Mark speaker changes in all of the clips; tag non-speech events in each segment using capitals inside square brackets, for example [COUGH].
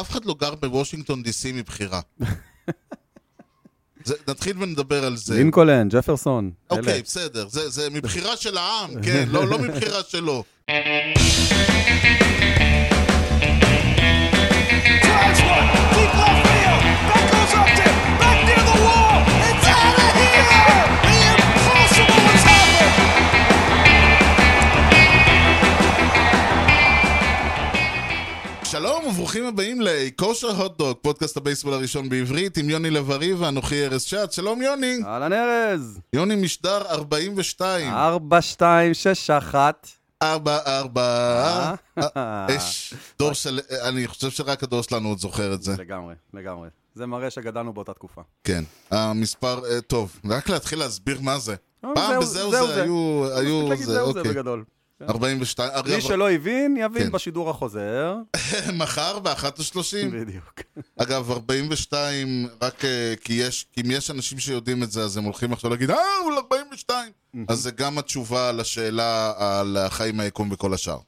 Speaker 1: אף אחד לא גר בוושינגטון די.סי מבחירה. זה- נתחיל ונדבר על זה.
Speaker 2: לינקולן, ג'פרסון.
Speaker 1: אה, אוקיי,
Speaker 2: אלה.
Speaker 1: בסדר, זה, זה מבחירה של העם, כן, לא, לא מבחירה שלו.
Speaker 3: Drives one, deep left field. That goes up there, back near the wall. It's out of here. The impossible has happened.
Speaker 1: שלום וברוכים הבאים לכושר הוטדוג, פודקאסט הבייסבול הראשון בעברית, עם יוני לב-ארי ואנוכי ארז שעד. שלום יוני!
Speaker 2: אהלן ארז.
Speaker 1: יוני משדר 42.
Speaker 2: 4, 2, 6, 1.
Speaker 1: 4, 4,
Speaker 2: אה.
Speaker 1: יש דור של... אני חושב שרק הדור שלנו עוד זוכר את זה.
Speaker 2: לגמרי, לגמרי. זה מראה שגדלנו באותה תקופה.
Speaker 1: כן. המספר... אה, טוב, רק להתחיל להסביר מה זה.
Speaker 2: אה,
Speaker 1: פעם
Speaker 2: זהו-
Speaker 1: בזהו
Speaker 2: זהו
Speaker 1: זה
Speaker 2: זה.
Speaker 1: היו...
Speaker 2: צריך
Speaker 1: היו
Speaker 2: להגיד
Speaker 1: זה,
Speaker 2: זהו זה
Speaker 1: אוקיי.
Speaker 2: בגדול.
Speaker 1: 42...
Speaker 2: מי שלא הבין, יבין
Speaker 1: כן. [COUGHS]
Speaker 2: בשידור החוזר.
Speaker 1: [LAUGHS] מחר באחת השלושים.
Speaker 2: בדיוק.
Speaker 1: אגב, 42, רק אה, כי יש, כי אם יש אנשים שיודעים את זה, אז הם הולכים עכשיו להגיד, אה, אבל 42. אז זה גם התשובה לשאלה על החיים היקום וכל
Speaker 2: [LAUGHS]
Speaker 1: השאר.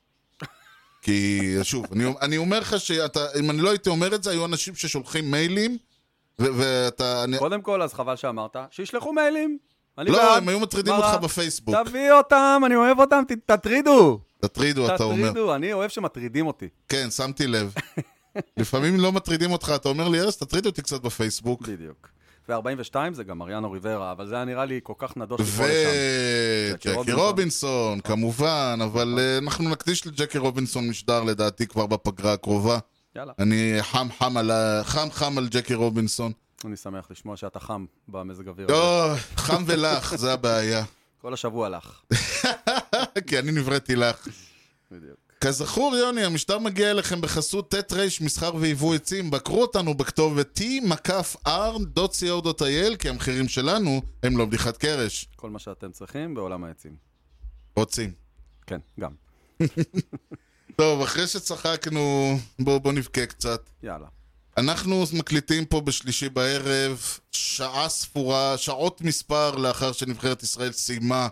Speaker 1: כי, שוב, אני, אני אומר לך שאתה, אם אני לא הייתי אומר את זה, היו אנשים ששולחים מיילים, ו- ואתה... אני,
Speaker 2: קודם כל, אז חבל שאמרת, שישלחו מיילים. אני בעד.
Speaker 1: לא, הם היו מטרידים
Speaker 2: מה
Speaker 1: אותך
Speaker 2: רע?
Speaker 1: בפייסבוק.
Speaker 2: תביא אותם, אני אוהב אותם, ת- תטרידו.
Speaker 1: תטרידו, אתה אומר.
Speaker 2: תטרידו, אני אוהב שמטרידים אותי.
Speaker 1: כן, שמתי לב. [LAUGHS] לפעמים לא מטרידים אותך, אתה אומר לי, ארז, תטריד אותי קצת בפייסבוק.
Speaker 2: בדיוק. ו-42 זה גם מריאנו ריברה, אבל זה היה נראה לי כל כך נדוש לקרוא לשם.
Speaker 1: וג'קי
Speaker 2: ג'קי
Speaker 1: רובינסון, כמובן, אבל אה, אנחנו נקדיש לג'קי רובינסון משדר לדעתי כבר בפגרה הקרובה.
Speaker 2: יאללה,
Speaker 1: אני חם חם על, ה- חם חם על ג'קי רובינסון.
Speaker 2: אני שמח לשמוע שאתה חם במזג אוויר. הזה.
Speaker 1: לא, חם ולך, זה הבעיה. [LAUGHS]
Speaker 2: כל השבוע לך.
Speaker 1: כי אני נבראתי לך.
Speaker 2: בדיוק.
Speaker 1: כזכור, יוני, המשדר מגיע אליכם בחסות ט' ר' מסחר ויבוא עצים. בקרו אותנו בכתובת t-r.co.il, כי המחירים שלנו הם לא בדיחת קרש.
Speaker 2: כל מה שאתם צריכים בעולם העצים.
Speaker 1: רוצים.
Speaker 2: כן, גם.
Speaker 1: טוב, אחרי שצחקנו, בואו בוא נבכה קצת.
Speaker 2: יאללה.
Speaker 1: אנחנו מקליטים פה בשלישי בערב, שעה ספורה, שעות מספר לאחר שנבחרת ישראל סיימה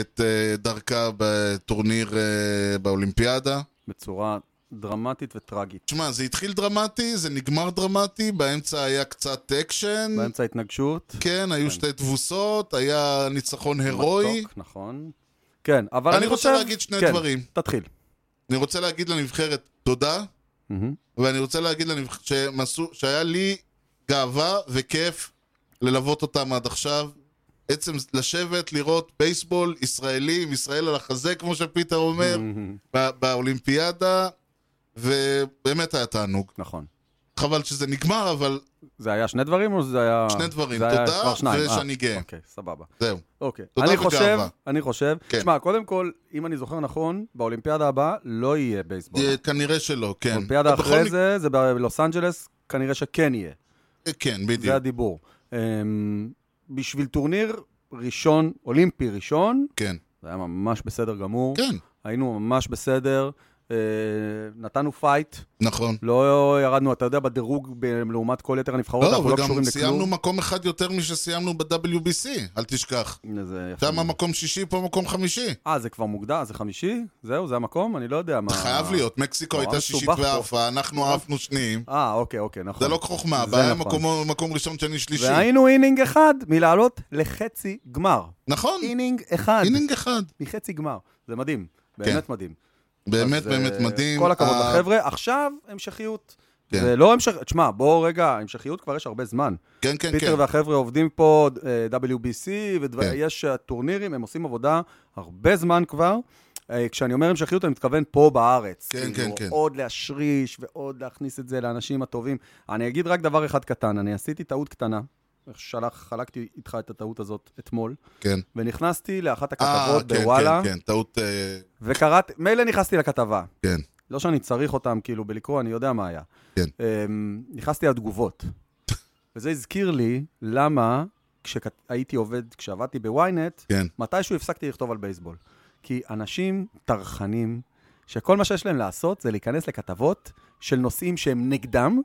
Speaker 1: את uh, דרכה בטורניר uh, באולימפיאדה.
Speaker 2: בצורה דרמטית וטרגית.
Speaker 1: תשמע, זה התחיל דרמטי, זה נגמר דרמטי, באמצע היה קצת אקשן,
Speaker 2: באמצע התנגשות.
Speaker 1: כן, היו שתי תבוסות, היה ניצחון הירואי.
Speaker 2: מתוק, נכון. כן, אבל
Speaker 1: אני
Speaker 2: אני חושב...
Speaker 1: רוצה להגיד שני
Speaker 2: כן,
Speaker 1: דברים.
Speaker 2: תתחיל.
Speaker 1: אני רוצה להגיד לנבחרת תודה,
Speaker 2: מהמם.
Speaker 1: ואני רוצה להגיד לנבח... שהם עשו... שהיה לי גאווה וכיף ללוות אותם עד עכשיו. עצם לשבת, לראות בייסבול ישראלי עם ישראל על החזה, כמו שפיטר אומר,
Speaker 2: מהמם.
Speaker 1: בא- באולימפיאדה, ובאמת היה תענוג.
Speaker 2: נכון.
Speaker 1: חבל שזה נגמר, אבל
Speaker 2: זה היה שני דברים או שזה היה...
Speaker 1: שני דברים.
Speaker 2: זה היה
Speaker 1: תודה
Speaker 2: כבר שניים. אה,
Speaker 1: ושאני גאה.
Speaker 2: אוקיי, סבבה.
Speaker 1: זהו.
Speaker 2: אוקיי.
Speaker 1: תודה
Speaker 2: אני חושב,
Speaker 1: וגאווה.
Speaker 2: אני חושב,
Speaker 1: כן.
Speaker 2: שמע, קודם כל, אם אני זוכר נכון, באולימפיאדה הבאה לא יהיה בייסבול.
Speaker 1: אה, כנראה שלא, כן.
Speaker 2: אולימפיאדה
Speaker 1: בכל
Speaker 2: אחרי
Speaker 1: מק-
Speaker 2: זה, זה בלוס אנג'לס, כנראה שכן יהיה.
Speaker 1: כן,
Speaker 2: זה
Speaker 1: בדיוק.
Speaker 2: הדיבור. אמ, בשביל טורניר ראשון, אולימפי ראשון,
Speaker 1: כן,
Speaker 2: זה היה ממש בסדר גמור.
Speaker 1: כן,
Speaker 2: היינו ממש בסדר. אה, נתנו פייט,
Speaker 1: נכון.
Speaker 2: לא ירדנו, אתה יודע, בדירוג ב- לעומת כל יתר הנבחרות,
Speaker 1: לא,
Speaker 2: אנחנו לא
Speaker 1: וגם
Speaker 2: קשורים
Speaker 1: סיימנו
Speaker 2: לכלום.
Speaker 1: מקום אחד יותר משסיימנו ב-WBC, אל תשכח.
Speaker 2: זה יפה
Speaker 1: שם
Speaker 2: מאוד.
Speaker 1: מקום שישי, פה מקום חמישי.
Speaker 2: אה, זה כבר מוגדר? זה חמישי? זהו, זה המקום? אני לא יודע מה...
Speaker 1: חייב להיות, מקסיקו
Speaker 2: נורא
Speaker 1: הייתה שישית
Speaker 2: לא, מסובך פה.
Speaker 1: ועפה, אנחנו עפנו שניים.
Speaker 2: אה, אוקיי, אוקיי, נכון.
Speaker 1: זה לא חוכמה,
Speaker 2: זה
Speaker 1: הבעיה
Speaker 2: נכון.
Speaker 1: מקום- מקום ראשון, שני, שלישי.
Speaker 2: והיינו אינינג אחד מלעלות לחצי גמר.
Speaker 1: נכון,
Speaker 2: אינינג אחד
Speaker 1: אינינג כן. אחד.
Speaker 2: מחצי גמר. זה מדהים, באמת מדהים.
Speaker 1: באמת
Speaker 2: אז,
Speaker 1: באמת
Speaker 2: אה,
Speaker 1: מדהים.
Speaker 2: כל הכבוד
Speaker 1: ה-
Speaker 2: לחבר'ה. עכשיו, המשכיות.
Speaker 1: כן.
Speaker 2: זה לא המשך... תשמע, בואו רגע, המשכיות כבר יש הרבה זמן.
Speaker 1: כן, כן, כן.
Speaker 2: פיטר והחבר'ה עובדים פה, אה, WBC,
Speaker 1: כן.
Speaker 2: ויש אה, טורנירים, הם עושים עבודה הרבה זמן כבר. אה, כשאני אומר המשכיות, אני מתכוון פה בארץ.
Speaker 1: כן,
Speaker 2: כאילו,
Speaker 1: כן, כן.
Speaker 2: עוד להשריש ועוד להכניס את זה לאנשים הטובים. אני אגיד רק דבר אחד קטן, אני עשיתי טעות קטנה. שלח, חלקתי איתך את הטעות הזאת אתמול,
Speaker 1: כן.
Speaker 2: ונכנסתי לאחת
Speaker 1: אה,
Speaker 2: הכתבות
Speaker 1: כן,
Speaker 2: בוואלה,
Speaker 1: כן, כן, טעות... אה,
Speaker 2: וקראתי, מילא נכנסתי לכתבה.
Speaker 1: כן.
Speaker 2: לא שאני צריך אותם, כאילו, בלקרוא, אני יודע מה היה.
Speaker 1: כן.
Speaker 2: אמ, נכנסתי לתגובות. וזה הזכיר לי למה כשהייתי עובד, כשעבדתי בוויינט,
Speaker 1: כן.
Speaker 2: מתישהו הפסקתי לכתוב על בייסבול. כי אנשים טרחנים, שכל מה שיש להם לעשות זה להיכנס לכתבות של נושאים שהם נגדם,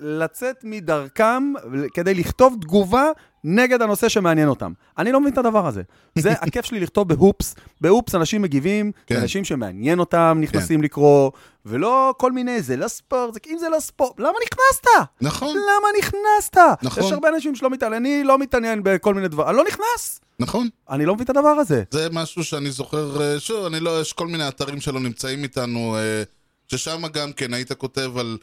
Speaker 2: ולצאת מדרכם כדי לכתוב תגובה נגד הנושא שמעניין אותם. אני לא מבין את הדבר הזה. זה הכיף שלי לכתוב בהופס. בהופס אנשים מגיבים,
Speaker 1: כן.
Speaker 2: כן. אנשים שמעניין אותם נכנסים כן. לקרוא, ולא כל מיני, זה לא ספורט, זה, אם זה לא ספורט, למה נכנסת?
Speaker 1: נכון,
Speaker 2: למה נכנסת?
Speaker 1: נכון.
Speaker 2: יש הרבה אנשים שלא מתעניין, אני לא מתעניין בכל מיני דברים, אני לא נכנס.
Speaker 1: נכון.
Speaker 2: אני לא מבין את הדבר הזה.
Speaker 1: זה משהו שאני זוכר, אה, שוב, אני לא, יש כל מיני אתרים שלא נמצאים איתנו, אה, ששם גם כן היית כותב על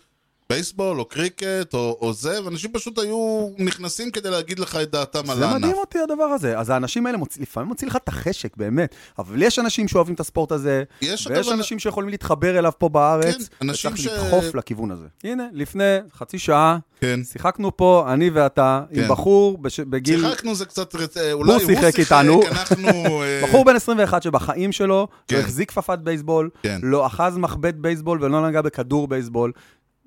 Speaker 1: בייסבול או קריקט או, או זה, ואנשים פשוט היו נכנסים כדי להגיד לך את דעתם על
Speaker 2: זה
Speaker 1: הענף.
Speaker 2: מדהים אותי הדבר הזה. אז האנשים האלה מוציא, לפעמים מוציא לך את החשק, באמת. אבל יש אנשים שאוהבים את הספורט הזה,
Speaker 1: יש
Speaker 2: ויש
Speaker 1: הדבר-
Speaker 2: אנשים שיכולים להתחבר אליו פה בארץ,
Speaker 1: כן, אנשים
Speaker 2: וצריך
Speaker 1: ש-
Speaker 2: לדחוף לכיוון הזה. הנה, לפני חצי שעה,
Speaker 1: כן.
Speaker 2: שיחקנו פה, אני ואתה,
Speaker 1: כן.
Speaker 2: עם בחור בש... בגיל...
Speaker 1: שיחקנו זה קצת, רצ- אה, אולי הוא
Speaker 2: שיחק איתנו.
Speaker 1: אנחנו... אה,
Speaker 2: בחור בן 21 שבחיים שלו
Speaker 1: כן.
Speaker 2: לא החזיק כפפת בייסבול,
Speaker 1: כן.
Speaker 2: לא אחז מחבט בייסבול ולא נגע בכדור בייסבול.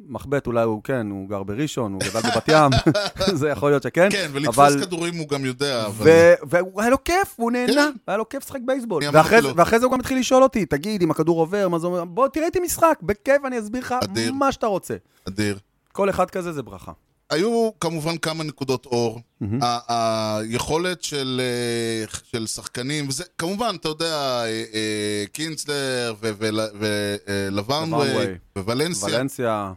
Speaker 2: מחבט אולי הוא כן, הוא גר בראשון, הוא גדל בבת
Speaker 1: [LAUGHS]
Speaker 2: ים, [LAUGHS] זה יכול להיות שכן.
Speaker 1: כן, ולתפוס
Speaker 2: אבל-
Speaker 1: כדורים הוא גם יודע, אבל...
Speaker 2: ו- והיה לו כיף, והוא נהנה,
Speaker 1: כן.
Speaker 2: היה לו כיף לשחק בייסבול.
Speaker 1: אני אמרתי
Speaker 2: ואחרי
Speaker 1: לו.
Speaker 2: ואחרי זה הוא גם התחיל לשאול אותי, תגיד, אם הכדור עובר, מה זה אומר? בוא, תראה איתי משחק, בכיף, אני אסביר לך
Speaker 1: אדיר.
Speaker 2: מה שאתה רוצה.
Speaker 1: אדיר.
Speaker 2: כל אחד כזה זה ברכה.
Speaker 1: היו כמובן כמה נקודות אור. ה- היכולת של, אה, של שחקנים, וזה כמובן, אתה יודע, אה, אה, קינצלר ולוורנווי
Speaker 2: לברנווי.
Speaker 1: אה, ווולנסיה,
Speaker 2: ולנסיה,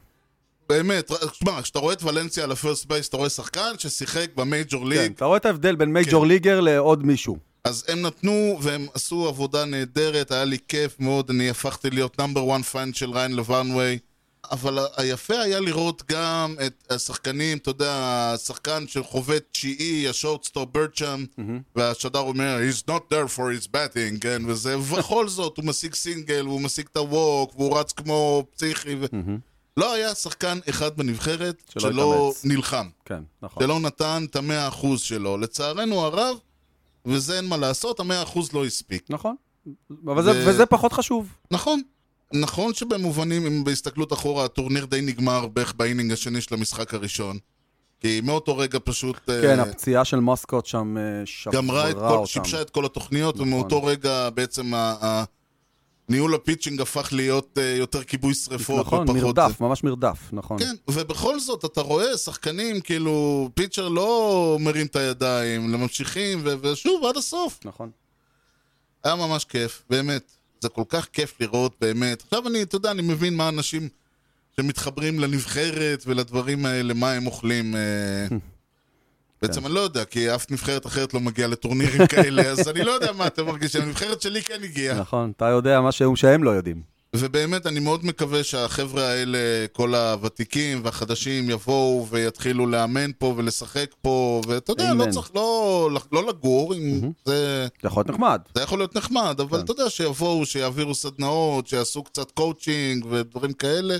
Speaker 1: באמת, ר- שמע, כשאתה רואה את ולנסיה על הפרסט בייס, אתה רואה שחקן ששיחק במייג'ור
Speaker 2: כן,
Speaker 1: ליג,
Speaker 2: אתה רואה את ההבדל בין מייג'ור
Speaker 1: כן.
Speaker 2: ליגר לעוד מישהו.
Speaker 1: אז הם נתנו והם עשו עבודה נהדרת, היה לי כיף מאוד, אני הפכתי להיות נאמבר 1 פיינד של ריין לברנווי. אבל ה- היפה היה לראות גם את השחקנים, אתה יודע, השחקן שחובט תשיעי, השורטסטופ ברצ'ם, והשדר אומר, He's not there for his batting, כן, וזה, ובכל [LAUGHS] זאת, הוא משיג סינגל, והוא משיג את הווק, והוא רץ כמו פסיכי, ו... לא היה שחקן אחד בנבחרת
Speaker 2: שלא
Speaker 1: שלא
Speaker 2: התאמץ.
Speaker 1: נלחם.
Speaker 2: כן, נכון.
Speaker 1: שלא לא נתן את המאה אחוז שלו. לצערנו הרב, וזה אין מה לעשות, המאה אחוז לא הספיק.
Speaker 2: נכון. אבל זה-
Speaker 1: ו-
Speaker 2: וזה פחות חשוב.
Speaker 1: נכון. נכון שבמובנים, אם בהסתכלות אחורה, הטורניר די נגמר בערך באינינג השני של המשחק הראשון. כי מאותו רגע פשוט...
Speaker 2: כן,
Speaker 1: אה,
Speaker 2: הפציעה של מוסקוט שם אה, שברה
Speaker 1: גמרה את כל,
Speaker 2: אותם.
Speaker 1: שיבשה את כל התוכניות,
Speaker 2: נכון.
Speaker 1: ומאותו רגע בעצם ה... ה- ניהול הפיצ'ינג הפך להיות אה, יותר כיבוי שרפות
Speaker 2: נכון,
Speaker 1: ופחות... זה.
Speaker 2: מרדף, ממש מרדף, נכון.
Speaker 1: לא כן, ובכל זאת, אתה רואה שחקנים, כאילו, פיצ'ר לא מרים את הידיים, הם ממשיכים, ו- ושוב, עד הסוף.
Speaker 2: נכון.
Speaker 1: היה ממש כיף, באמת. זה כל כך כיף לראות, באמת. עכשיו אני, אתה יודע, אני מבין מה אנשים שמתחברים לנבחרת ולדברים האלה, מה הם אוכלים. אה, בעצם אני לא יודע, כי אף נבחרת אחרת לא מגיעה לטורנירים כאלה, אז אני לא יודע מה אתם מרגישים. הנבחרת שלי כן הגיעה.
Speaker 2: נכון, אתה יודע מה שהם- שהם לא יודעים.
Speaker 1: ובאמת, אני מאוד מקווה שהחבר'ה האלה, כל הוותיקים והחדשים, יבואו ויתחילו לאמן פה ולשחק פה, ואתה יודע, לא
Speaker 2: Amen.
Speaker 1: צריך, לא, לא לגור, אם זה...
Speaker 2: זה יכול להיות נחמד.
Speaker 1: זה יכול להיות נחמד, אבל
Speaker 2: כן.
Speaker 1: אתה יודע שיבואו, שיעבירו סדנאות, שיעשו קצת קואוצ'ינג ודברים כאלה,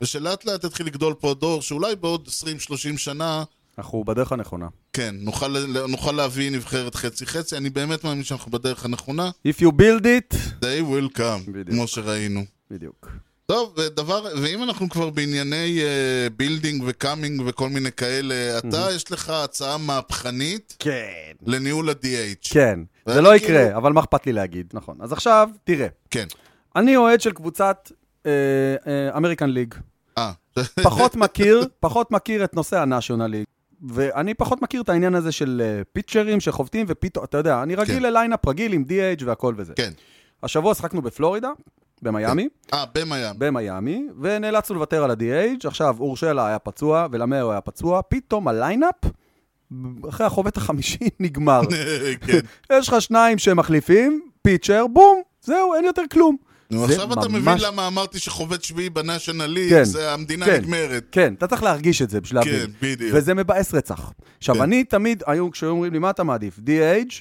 Speaker 1: ושלאט לאט יתחיל לגדול פה הדור, שאולי בעוד 20-30 שנה,
Speaker 2: אנחנו בדרך הנכונה.
Speaker 1: כן, נוכל, ל- נוכל להביא נבחרת חצי-חצי, אני באמת מאמין שאנחנו בדרך הנכונה,
Speaker 2: If you build it...
Speaker 1: they will come,
Speaker 2: בדיוק.
Speaker 1: כמו שראינו.
Speaker 2: בדיוק.
Speaker 1: טוב, ודבר, ואם אנחנו כבר בענייני בילדינג וקאמינג וכל מיני כאלה, אתה, יש לך הצעה מהפכנית
Speaker 2: כן.
Speaker 1: לניהול ה-DH.
Speaker 2: כן. זה
Speaker 1: ואני
Speaker 2: לא
Speaker 1: כאילו-
Speaker 2: יקרה, אבל מה אכפת לי להגיד? נכון. אז עכשיו, תראה.
Speaker 1: כן.
Speaker 2: אני אוהד של קבוצת אה, אמריקן ליג.
Speaker 1: אה, [LAUGHS]
Speaker 2: פחות מכיר, פחות מכיר את נושא ה-National League. ואני פחות מכיר את העניין הזה של אה, פיצ'רים שחובטים ופתאום, אתה יודע, אני רגיל
Speaker 1: כן.
Speaker 2: לליינאפ רגיל עם DH והכל וזה.
Speaker 1: כן.
Speaker 2: השבוע שחקנו בפלורידה, במיאמי,
Speaker 1: אה, במיאמי.
Speaker 2: במיאמי, ונאלצנו לוותר על ה-DH. עכשיו, אור שלה היה פצוע, ולמאו היה פצוע, פתאום הליינאפ, אחרי החובט החמישי, [LAUGHS] נגמר.
Speaker 1: [LAUGHS] כן.
Speaker 2: יש לך שניים שמחליפים, פיצ'ר, בום, זהו, אין יותר כלום.
Speaker 1: נו,
Speaker 2: זה
Speaker 1: עכשיו אתה
Speaker 2: ממש-
Speaker 1: מבין למה אמרתי שחובד שביעי בנאשונל ליג,
Speaker 2: כן,
Speaker 1: זה המדינה
Speaker 2: כן.
Speaker 1: נגמרת.
Speaker 2: כן, אתה צריך להרגיש את זה בשביל
Speaker 1: כן,
Speaker 2: להבין.
Speaker 1: בדיוק.
Speaker 2: וזה מבאס רצח. עכשיו,
Speaker 1: כן.
Speaker 2: אני תמיד, היו, כשהיו אומרים לי, מה אתה מעדיף, DH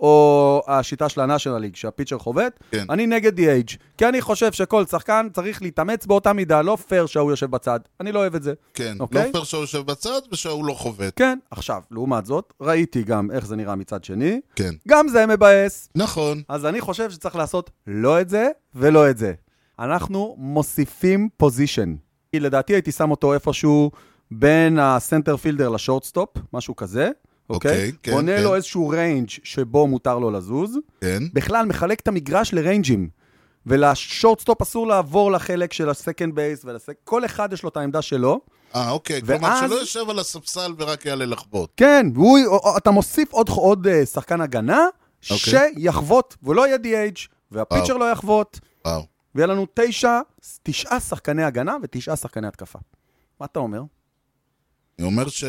Speaker 2: או השיטה של ה-National League, שהפיצ'ר חובט?
Speaker 1: כן.
Speaker 2: אני נגד DH, כי אני חושב שכל שחקן צריך להתאמץ באותה מידה, לא פייר שההוא יושב בצד. אני לא אוהב את זה.
Speaker 1: כן, לא
Speaker 2: אוקיי?
Speaker 1: פייר שהוא יושב בצד ושהוא לא חובד.
Speaker 2: כן, עכשיו, לעומת זאת, ראיתי גם איך זה נראה מצד שני,
Speaker 1: כן.
Speaker 2: גם זה מבאס.
Speaker 1: נכון.
Speaker 2: אז אני חושב שצריך לעשות לא את זה ולא את זה. אנחנו מוסיפים פוזיישן. כי לדעתי הייתי שם אותו איפשהו בין הסנטר פילדר לשורטסטופ, משהו כזה, אוקיי?
Speaker 1: אוקיי, כן,
Speaker 2: בונה
Speaker 1: כן.
Speaker 2: לו איזשהו ריינג' שבו מותר לו לזוז.
Speaker 1: כן.
Speaker 2: בכלל, מחלק את המגרש לריינג'ים. ולשורטסטופ אסור לעבור לחלק של הסקנד בייס, כל אחד יש לו את העמדה שלו.
Speaker 1: אה, אוקיי. כלומר,
Speaker 2: ואז-
Speaker 1: שלא יושב על הספסל ורק יעלה לחבוט.
Speaker 2: כן, והוא, אתה מוסיף עוד, עוד אה, שחקן הגנה,
Speaker 1: אוקיי.
Speaker 2: שיחבוט, והוא לא יהיה DH, והפיצ'ר
Speaker 1: וואו.
Speaker 2: לא יחבוט,
Speaker 1: וואו.
Speaker 2: ויהיה לנו תשע, תשעה שחקני הגנה ותשעה שחקני התקפה. מה אתה אומר?
Speaker 1: אני אומר ש...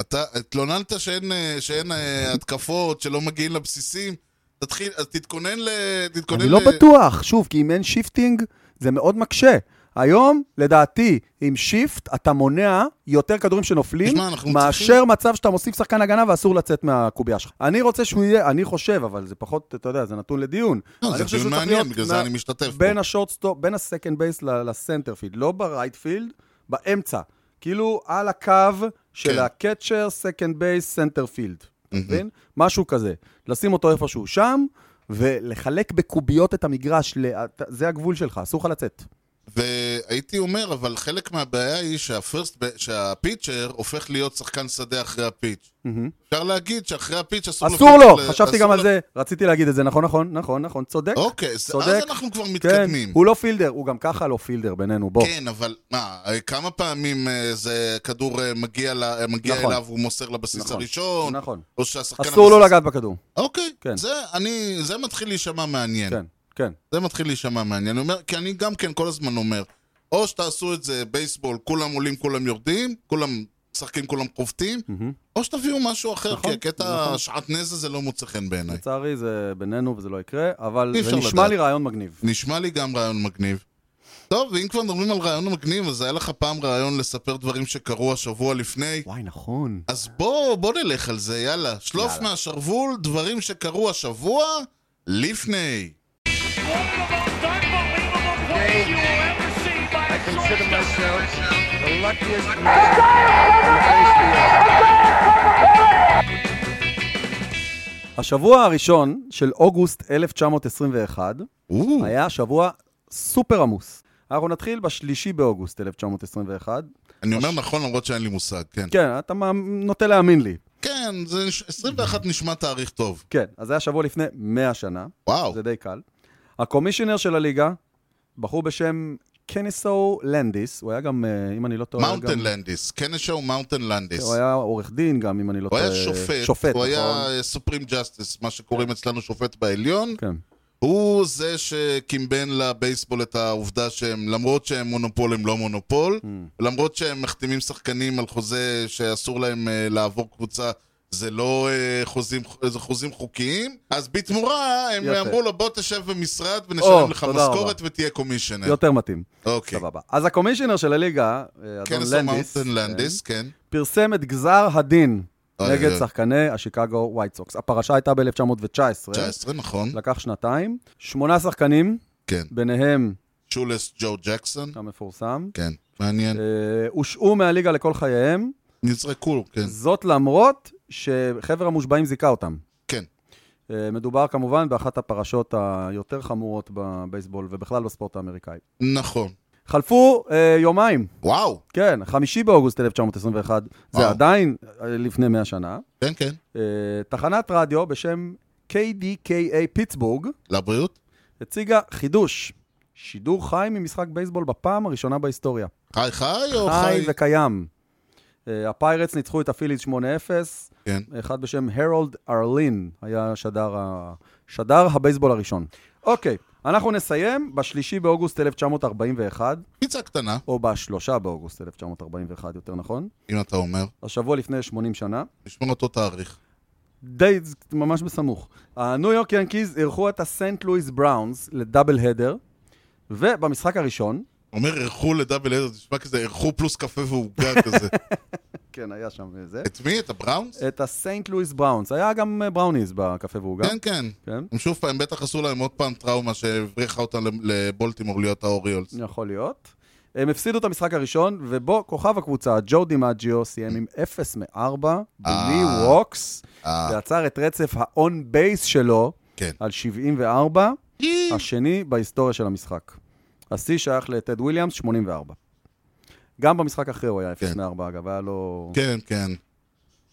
Speaker 1: אתה התלוננת שאין, אה, שאין אה, התקפות, שלא מגיעים לבסיסים, תתחיל, אז תתכונן ל... תתכונן
Speaker 2: אני
Speaker 1: ל...
Speaker 2: לא בטוח, שוב, כי אם אין שיפטינג, זה מאוד מקשה. היום, לדעתי, עם שיפט, אתה מונע יותר כדורים שנופלים,
Speaker 1: תשמע, אנחנו
Speaker 2: מאשר
Speaker 1: צריכים-
Speaker 2: מצב שאתה מוסיף שחקן הגנה ואסור לצאת מהקובייה שלך. אני רוצה שהוא יהיה, אני חושב, אבל זה פחות, אתה יודע, זה נתון לדיון.
Speaker 1: לא,
Speaker 2: אני
Speaker 1: זה
Speaker 2: חושב
Speaker 1: דיון
Speaker 2: שהוא צריך
Speaker 1: מעניין,
Speaker 2: להיות
Speaker 1: בגלל
Speaker 2: נ-
Speaker 1: זה אני משתתף פה.
Speaker 2: בין השורטסטופ, בין הסקנד בייס לסנטרפילד, לא ברייטפילד, באמצע. כאילו על הקו
Speaker 1: כן.
Speaker 2: של הקצ'ר, סקנד בייס, סנטרפילד. אתה
Speaker 1: Mhm.
Speaker 2: מבין? משהו כזה. לשים אותו איפשהו שם, ולחלק בקוביות את המגרש, ל- אתה- זה הגבול שלך, אסור לך לצאת.
Speaker 1: והייתי אומר, אבל חלק מהבעיה היא שהפרסט, ב- שהפיצ'ר הופך להיות שחקן שדה אחרי הפיץ'.
Speaker 2: מהמם.
Speaker 1: אפשר להגיד שאחרי הפיץ' אסור...
Speaker 2: אסור
Speaker 1: לפיצ'ר
Speaker 2: לו,
Speaker 1: ל-
Speaker 2: חשבתי
Speaker 1: אסור
Speaker 2: גם על
Speaker 1: ל-
Speaker 2: זה, רציתי להגיד את זה, נכון, נכון, נכון, נכון, צודק.
Speaker 1: אוקיי, אז אז
Speaker 2: צודק.
Speaker 1: אנחנו כבר
Speaker 2: כן,
Speaker 1: מתקדמים.
Speaker 2: הוא לא פילדר, הוא גם ככה לא פילדר בינינו, בוא.
Speaker 1: כן, אבל מה, אה, כמה פעמים אה, זה כדור אה, מגיע ל- אה, מגיע
Speaker 2: נכון.
Speaker 1: אליו, הוא מוסר לבסיס
Speaker 2: נכון,
Speaker 1: הראשון,
Speaker 2: נכון.
Speaker 1: או שהשחקן...
Speaker 2: אסור לו
Speaker 1: הבסיס-
Speaker 2: לגעת בכדור.
Speaker 1: אוקיי,
Speaker 2: כן.
Speaker 1: זה, אני, זה מתחיל להישמע מעניין.
Speaker 2: כן, כן.
Speaker 1: זה מתחיל להישמע מעניין. אני אומר, כי אני גם כן כל הזמן אומר, או שתעשו את זה בייסבול, כולם עולים, כולם יורדים, כולם משחקים, כולם חובטים,
Speaker 2: מהמם.
Speaker 1: או שתביאו משהו אחר,
Speaker 2: נכון,
Speaker 1: כי הקטע
Speaker 2: נכון.
Speaker 1: שעטנז הזה לא מוצא חן בעיניי.
Speaker 2: לצערי זה בינינו וזה לא יקרה, אבל
Speaker 1: אי
Speaker 2: זה
Speaker 1: אפשר
Speaker 2: נשמע
Speaker 1: לדעת.
Speaker 2: לי רעיון מגניב.
Speaker 1: נשמע לי גם רעיון מגניב. טוב, ואם כבר מדברים על רעיון מגניב, אז היה לך פעם רעיון לספר דברים שקרו השבוע לפני.
Speaker 2: וואי, נכון.
Speaker 1: אז בוא, בוא נלך על זה, יאללה. שלוף
Speaker 2: יאללה.
Speaker 1: מהשרוול, דברים שקרו השבוע, לפני.
Speaker 4: unbelievable play you will ever see by a shortstop.
Speaker 2: השבוע הראשון של אוגוסט 1921
Speaker 1: או,
Speaker 2: היה שבוע סופר עמוס. אנחנו נתחיל בשלישי באוגוסט 1921.
Speaker 1: אני אומר נכון למרות שאין לי מושג, כן.
Speaker 2: כן, אתה מאמ- נוטה להאמין לי.
Speaker 1: כן, זה נש- 21
Speaker 2: Mm-hmm.
Speaker 1: נשמע תאריך טוב.
Speaker 2: כן, אז זה היה שבוע לפני 100 שנה,
Speaker 1: וואו.
Speaker 2: זה די קל. הקומישיונר של הליגה, בחור בשם קניסו לנדיס, הוא היה גם, אה, אם אני לא טועה, גם-
Speaker 1: מאונטן לנדיס, קנשו מאונטן לנדיס.
Speaker 2: הוא היה עורך דין גם, אם אני לא
Speaker 1: הוא
Speaker 2: טועה.
Speaker 1: היה שופט,
Speaker 2: שופט,
Speaker 1: הוא
Speaker 2: נכון?
Speaker 1: היה סופרים ג'סטיס, מה שקוראים אצלנו שופט בעליון.
Speaker 2: כן.
Speaker 1: הוא זה שקימבן לבייסבול את העובדה שהם, למרות שהם מונופול, הם לא מונופול.
Speaker 2: Mm.
Speaker 1: למרות שהם מחתימים שחקנים על חוזה שאסור להם אה, לעבור קבוצה, זה לא אה, חוזים, זה חוזים חוקיים. אז בתמורה הם
Speaker 2: יפה.
Speaker 1: אמרו לו, בוא תשב במשרד
Speaker 2: או,
Speaker 1: ונשלם לך
Speaker 2: תודה
Speaker 1: משכורת ותהיה קומישיונר.
Speaker 2: יותר מתאים.
Speaker 1: אוקיי.
Speaker 2: סבבה. אז הקומישיונר של הליגה, אה, אדון
Speaker 1: כנס
Speaker 2: לנדיס,
Speaker 1: המאונטן כן, לנדיס, אה, כן.
Speaker 2: כן, פרסם את גזר הדין
Speaker 1: אוי,
Speaker 2: נגד
Speaker 1: אוי.
Speaker 2: שחקני השיקגו ווייט סוקס. הפרשה הייתה ב-1919,
Speaker 1: 19, נכון.
Speaker 2: לקח שנתיים, שמונה שחקנים,
Speaker 1: כן.
Speaker 2: ביניהם
Speaker 1: שולס ג'ו ג'קסון.
Speaker 2: המפורסם,
Speaker 1: כן. מעניין.
Speaker 2: אה, הושעו מהליגה לכל חייהם,
Speaker 1: נזרקו, כן.
Speaker 2: זאת למרות שחבר המושבעים זיכה אותם.
Speaker 1: כן.
Speaker 2: אה, מדובר כמובן באחת הפרשות היותר חמורות בבייסבול ובכלל בספורט האמריקאי.
Speaker 1: נכון.
Speaker 2: חלפו אה, יומיים,
Speaker 1: וואו.
Speaker 2: כן, חמישי באוגוסט 1921, זה
Speaker 1: וואו.
Speaker 2: עדיין אה, לפני 100 שנה.
Speaker 1: כן, כן.
Speaker 2: אה, תחנת רדיו בשם KDKA פיטסבורג
Speaker 1: לבריאות.
Speaker 2: הציגה חידוש, שידור חי ממשחק בייסבול בפעם הראשונה בהיסטוריה.
Speaker 1: חי חי או
Speaker 2: חי
Speaker 1: חי?
Speaker 2: וקיים. אה, הפיירטס ניצחו את הפיליז 8-0,
Speaker 1: כן.
Speaker 2: אחד בשם הרולד ארלין היה שדר, ה... שדר הבייסבול הראשון. אוקיי, אנחנו נסיים בשלישי באוגוסט 1941,
Speaker 1: פיצה קטנה,
Speaker 2: או בשלושה באוגוסט 1941, יותר נכון,
Speaker 1: אם אתה אומר.
Speaker 2: השבוע לפני 80 שנה.
Speaker 1: נשמור אותו תאריך.
Speaker 2: די, זה ממש בסמוך. הניו יורק ינקיז אירחו את הסנט לואיס בראונס לדאבל הדר, ובמשחק הראשון,
Speaker 1: אומר אירחו לדאבל הדר, זה נשמע כזה אירחו פלוס קפה ועוגה [LAUGHS] כזה.
Speaker 2: כן, היה שם זה,
Speaker 1: את מי? את הבראונס?
Speaker 2: את הסנט לואיס בראונס. היה גם אה, בראוניז בקפה ועוגה.
Speaker 1: כן, כן.
Speaker 2: כן.
Speaker 1: הם שוב פעם, בטח עשו להם עוד פעם טראומה שהבריחה אותם לבולטימור להיות האוריולס.
Speaker 2: כן, יכול להיות. הם הפסידו את המשחק הראשון, ובו כוכב הקבוצה, ג'ו דימג'יו, סיים עם 0 מ-4 בלי
Speaker 1: אה.
Speaker 2: ווקס,
Speaker 1: אה,
Speaker 2: ועצר את רצף ההון בייס שלו
Speaker 1: כן.
Speaker 2: על 74,
Speaker 1: אי,
Speaker 2: השני בהיסטוריה של המשחק. השיא שייך לטד וויליאמס, 84. גם במשחק אחרי הוא היה 0
Speaker 1: כן.
Speaker 2: מ-4, אגב, היה לו...
Speaker 1: כן, כן.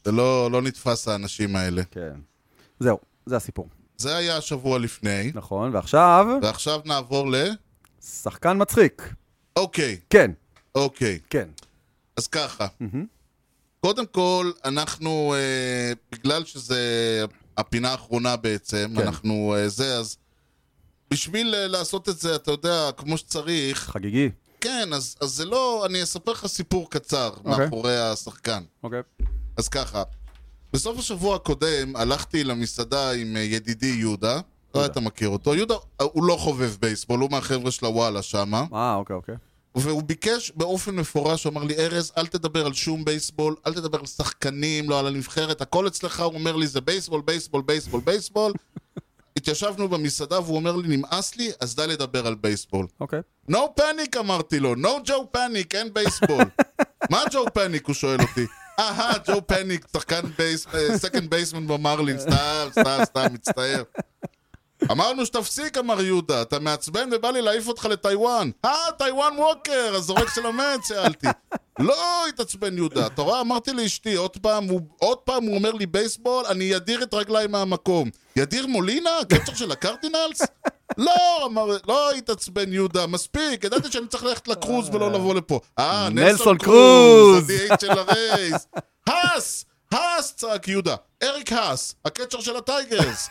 Speaker 1: זה לא לא נתפס האנשים האלה.
Speaker 2: כן. זהו, זה הסיפור.
Speaker 1: זה היה השבוע לפני,
Speaker 2: נכון, ועכשיו,
Speaker 1: ועכשיו נעבור ל...
Speaker 2: שחקן מצחיק.
Speaker 1: אוקיי,
Speaker 2: כן,
Speaker 1: אוקיי.
Speaker 2: כן.
Speaker 1: אז ככה. קודם כל, אנחנו, אה, בגלל שזה הפינה האחרונה בעצם,
Speaker 2: כן.
Speaker 1: אנחנו אה, זה, אז בשביל אה, לעשות את זה, אתה יודע, כמו שצריך,
Speaker 2: חגיגי.
Speaker 1: כן, אז, אז זה לא, אני אספר לך סיפור קצר
Speaker 2: אוקיי.
Speaker 1: מאחורי השחקן.
Speaker 2: אוקיי.
Speaker 1: אז ככה, בסוף השבוע הקודם הלכתי למסעדה עם אה, ידידי יהודה, לא אתה מכיר אותו, יהודה אה, הוא לא חובב בייסבול, הוא מהחבר'ה של הוואלה שמה,
Speaker 2: אה, אוקיי, אוקיי.
Speaker 1: והוא ביקש באופן מפורש, הוא אמר לי, ארז, אל תדבר על שום בייסבול, אל תדבר על שחקנים, לא על הנבחרת, הכל אצלך, הוא אומר לי, זה בייסבול, בייסבול, בייסבול, בייסבול. [LAUGHS] התיישבנו במסעדה והוא אומר לי, נמאס לי, אז די לדבר על בייסבול.
Speaker 2: אוקיי.
Speaker 1: No panic אמרתי לו, no Joe panic, אין בייסבול. [LAUGHS] מה Joe panic? הוא שואל אותי. אהה, Joe panic, שחקן בייס, סקנד בייסמן במרלין, סתם, סתם, סתם, מצטער. אמרנו שתפסיק, אמר יהודה, אתה מעצבן ובא לי להעיף אותך לטיוואן. אה, טיוואן ווקר, הזורק של המץ, שאלתי. [LAUGHS] לא התעצבן יהודה, אתה רואה? אמרתי לאשתי, עוד פעם, הוא, עוד פעם הוא אומר לי בייסבול, אני אדיר את רגליי מהמקום. ידיר מולינה? הקצ'ר של הקרדינלס? [LAUGHS] לא, אמר, לא התעצבן יהודה, מספיק, ידעתי שאני צריך ללכת לקרוז ולא לבוא לפה. אה,
Speaker 2: נלסון
Speaker 1: נלסון
Speaker 2: קרוז.
Speaker 1: קרוז, ה-DH של הרייס. האס! האס! צעק יהודה. אריק האס, הקצ'ר של הטייגרס.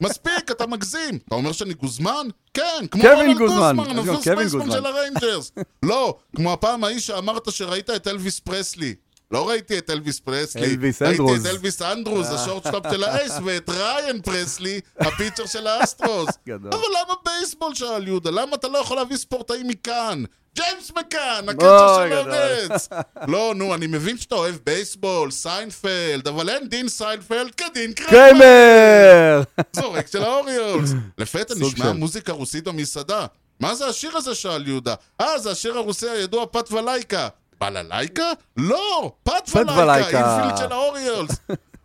Speaker 1: מספיק, אתה מגזים. אתה אומר שאני גוזמן? כן, כמו
Speaker 2: קווין
Speaker 1: רונלד
Speaker 2: גוזמן.
Speaker 1: גוזמן,
Speaker 2: אז גם
Speaker 1: הפרסט
Speaker 2: קווין
Speaker 1: בייסמן
Speaker 2: גוזמן.
Speaker 1: של
Speaker 2: [LAUGHS]
Speaker 1: הריינג'רס. לא, כמו הפעם ההיא שאמרת שראית את אלוויס פרסלי. לא ראיתי את אלוויס פרסלי.
Speaker 2: אלוויס
Speaker 1: ראיתי
Speaker 2: אנדרוס.
Speaker 1: את אלוויס אנדרוס, השורטסטאפ של
Speaker 2: [LAUGHS]
Speaker 1: האייס, ואת ריין פרסלי, הפיצ'ר של האסטרוס.
Speaker 2: גדול.
Speaker 1: אבל למה בייסבול? שאל יהודה. למה אתה לא יכול להביא ספורטאים מכאן? ג'יימס מקאן, הקצ'ר
Speaker 2: אוי,
Speaker 1: של
Speaker 2: גדול.
Speaker 1: הארץ.
Speaker 2: [LAUGHS]
Speaker 1: לא, נו, אני מבין שאתה אוהב בייסבול, סיינפלד, אבל אין דין סיינפלד כדין קריימר.
Speaker 2: קריימר!
Speaker 1: זורק של
Speaker 2: [LAUGHS]
Speaker 1: האוריולס. לפתע
Speaker 2: סוג
Speaker 1: נשמעה
Speaker 2: של.
Speaker 1: מוזיקה רוסית במסעדה. מה זה השיר הזה? שאל יהודה. אה, זה השיר הרוסי הידוע פת ולייקה. בללייקה? לא, פת
Speaker 2: ולייקה.
Speaker 1: ולייקה, אינפילד של
Speaker 2: [LAUGHS]
Speaker 1: האוריולס.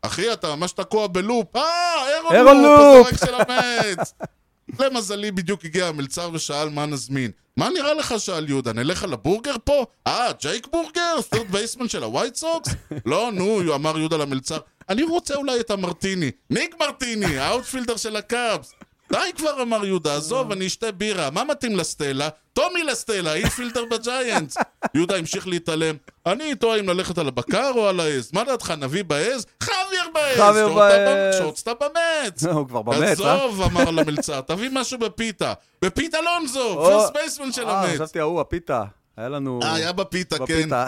Speaker 1: אחי, אתה ממש תקוע בלופ. אה,
Speaker 2: אירון
Speaker 1: אירון לופ,
Speaker 2: לופ.
Speaker 1: הזורק של המץ.
Speaker 2: [LAUGHS]
Speaker 1: למזלי בדיוק הגיע המלצר ושאל מה נזמין. מה נראה לך, שאל יהודה, נלך על הבורגר פה? אה, ג'ייק בורגר? סטורד בייסמן של הווייט סוקס? לא, נו, אמר יהודה למלצר. אני רוצה אולי את המרטיני. ניק מרטיני, האוטפילדר של הקאבס. די כבר, אמר יהודה, עזוב, אני אשתה בירה. מה מתאים לסטלה? טומי לסטלה, אינפילדר בג'יינטס. יהודה המשיך להתעלם. אני תוהה אם ללכת על הבקר או על העז. מה דעתך, נביא בעז? חאביר בעז!
Speaker 2: חאביר
Speaker 1: שורטה
Speaker 2: בעז.
Speaker 1: במ- שורטסטה במץ!
Speaker 2: [LAUGHS] הוא כבר במץ, אה?
Speaker 1: עזוב, אמר למלצר, תביא משהו בפיתה. בפיתה לא לונזו,
Speaker 2: או.
Speaker 1: פרסט בייסמן של
Speaker 2: אה,
Speaker 1: המץ.
Speaker 2: חשבתי ההוא, הפיתה. היה לנו...
Speaker 1: אה, היה בפיתה, כן.
Speaker 2: בפיתה.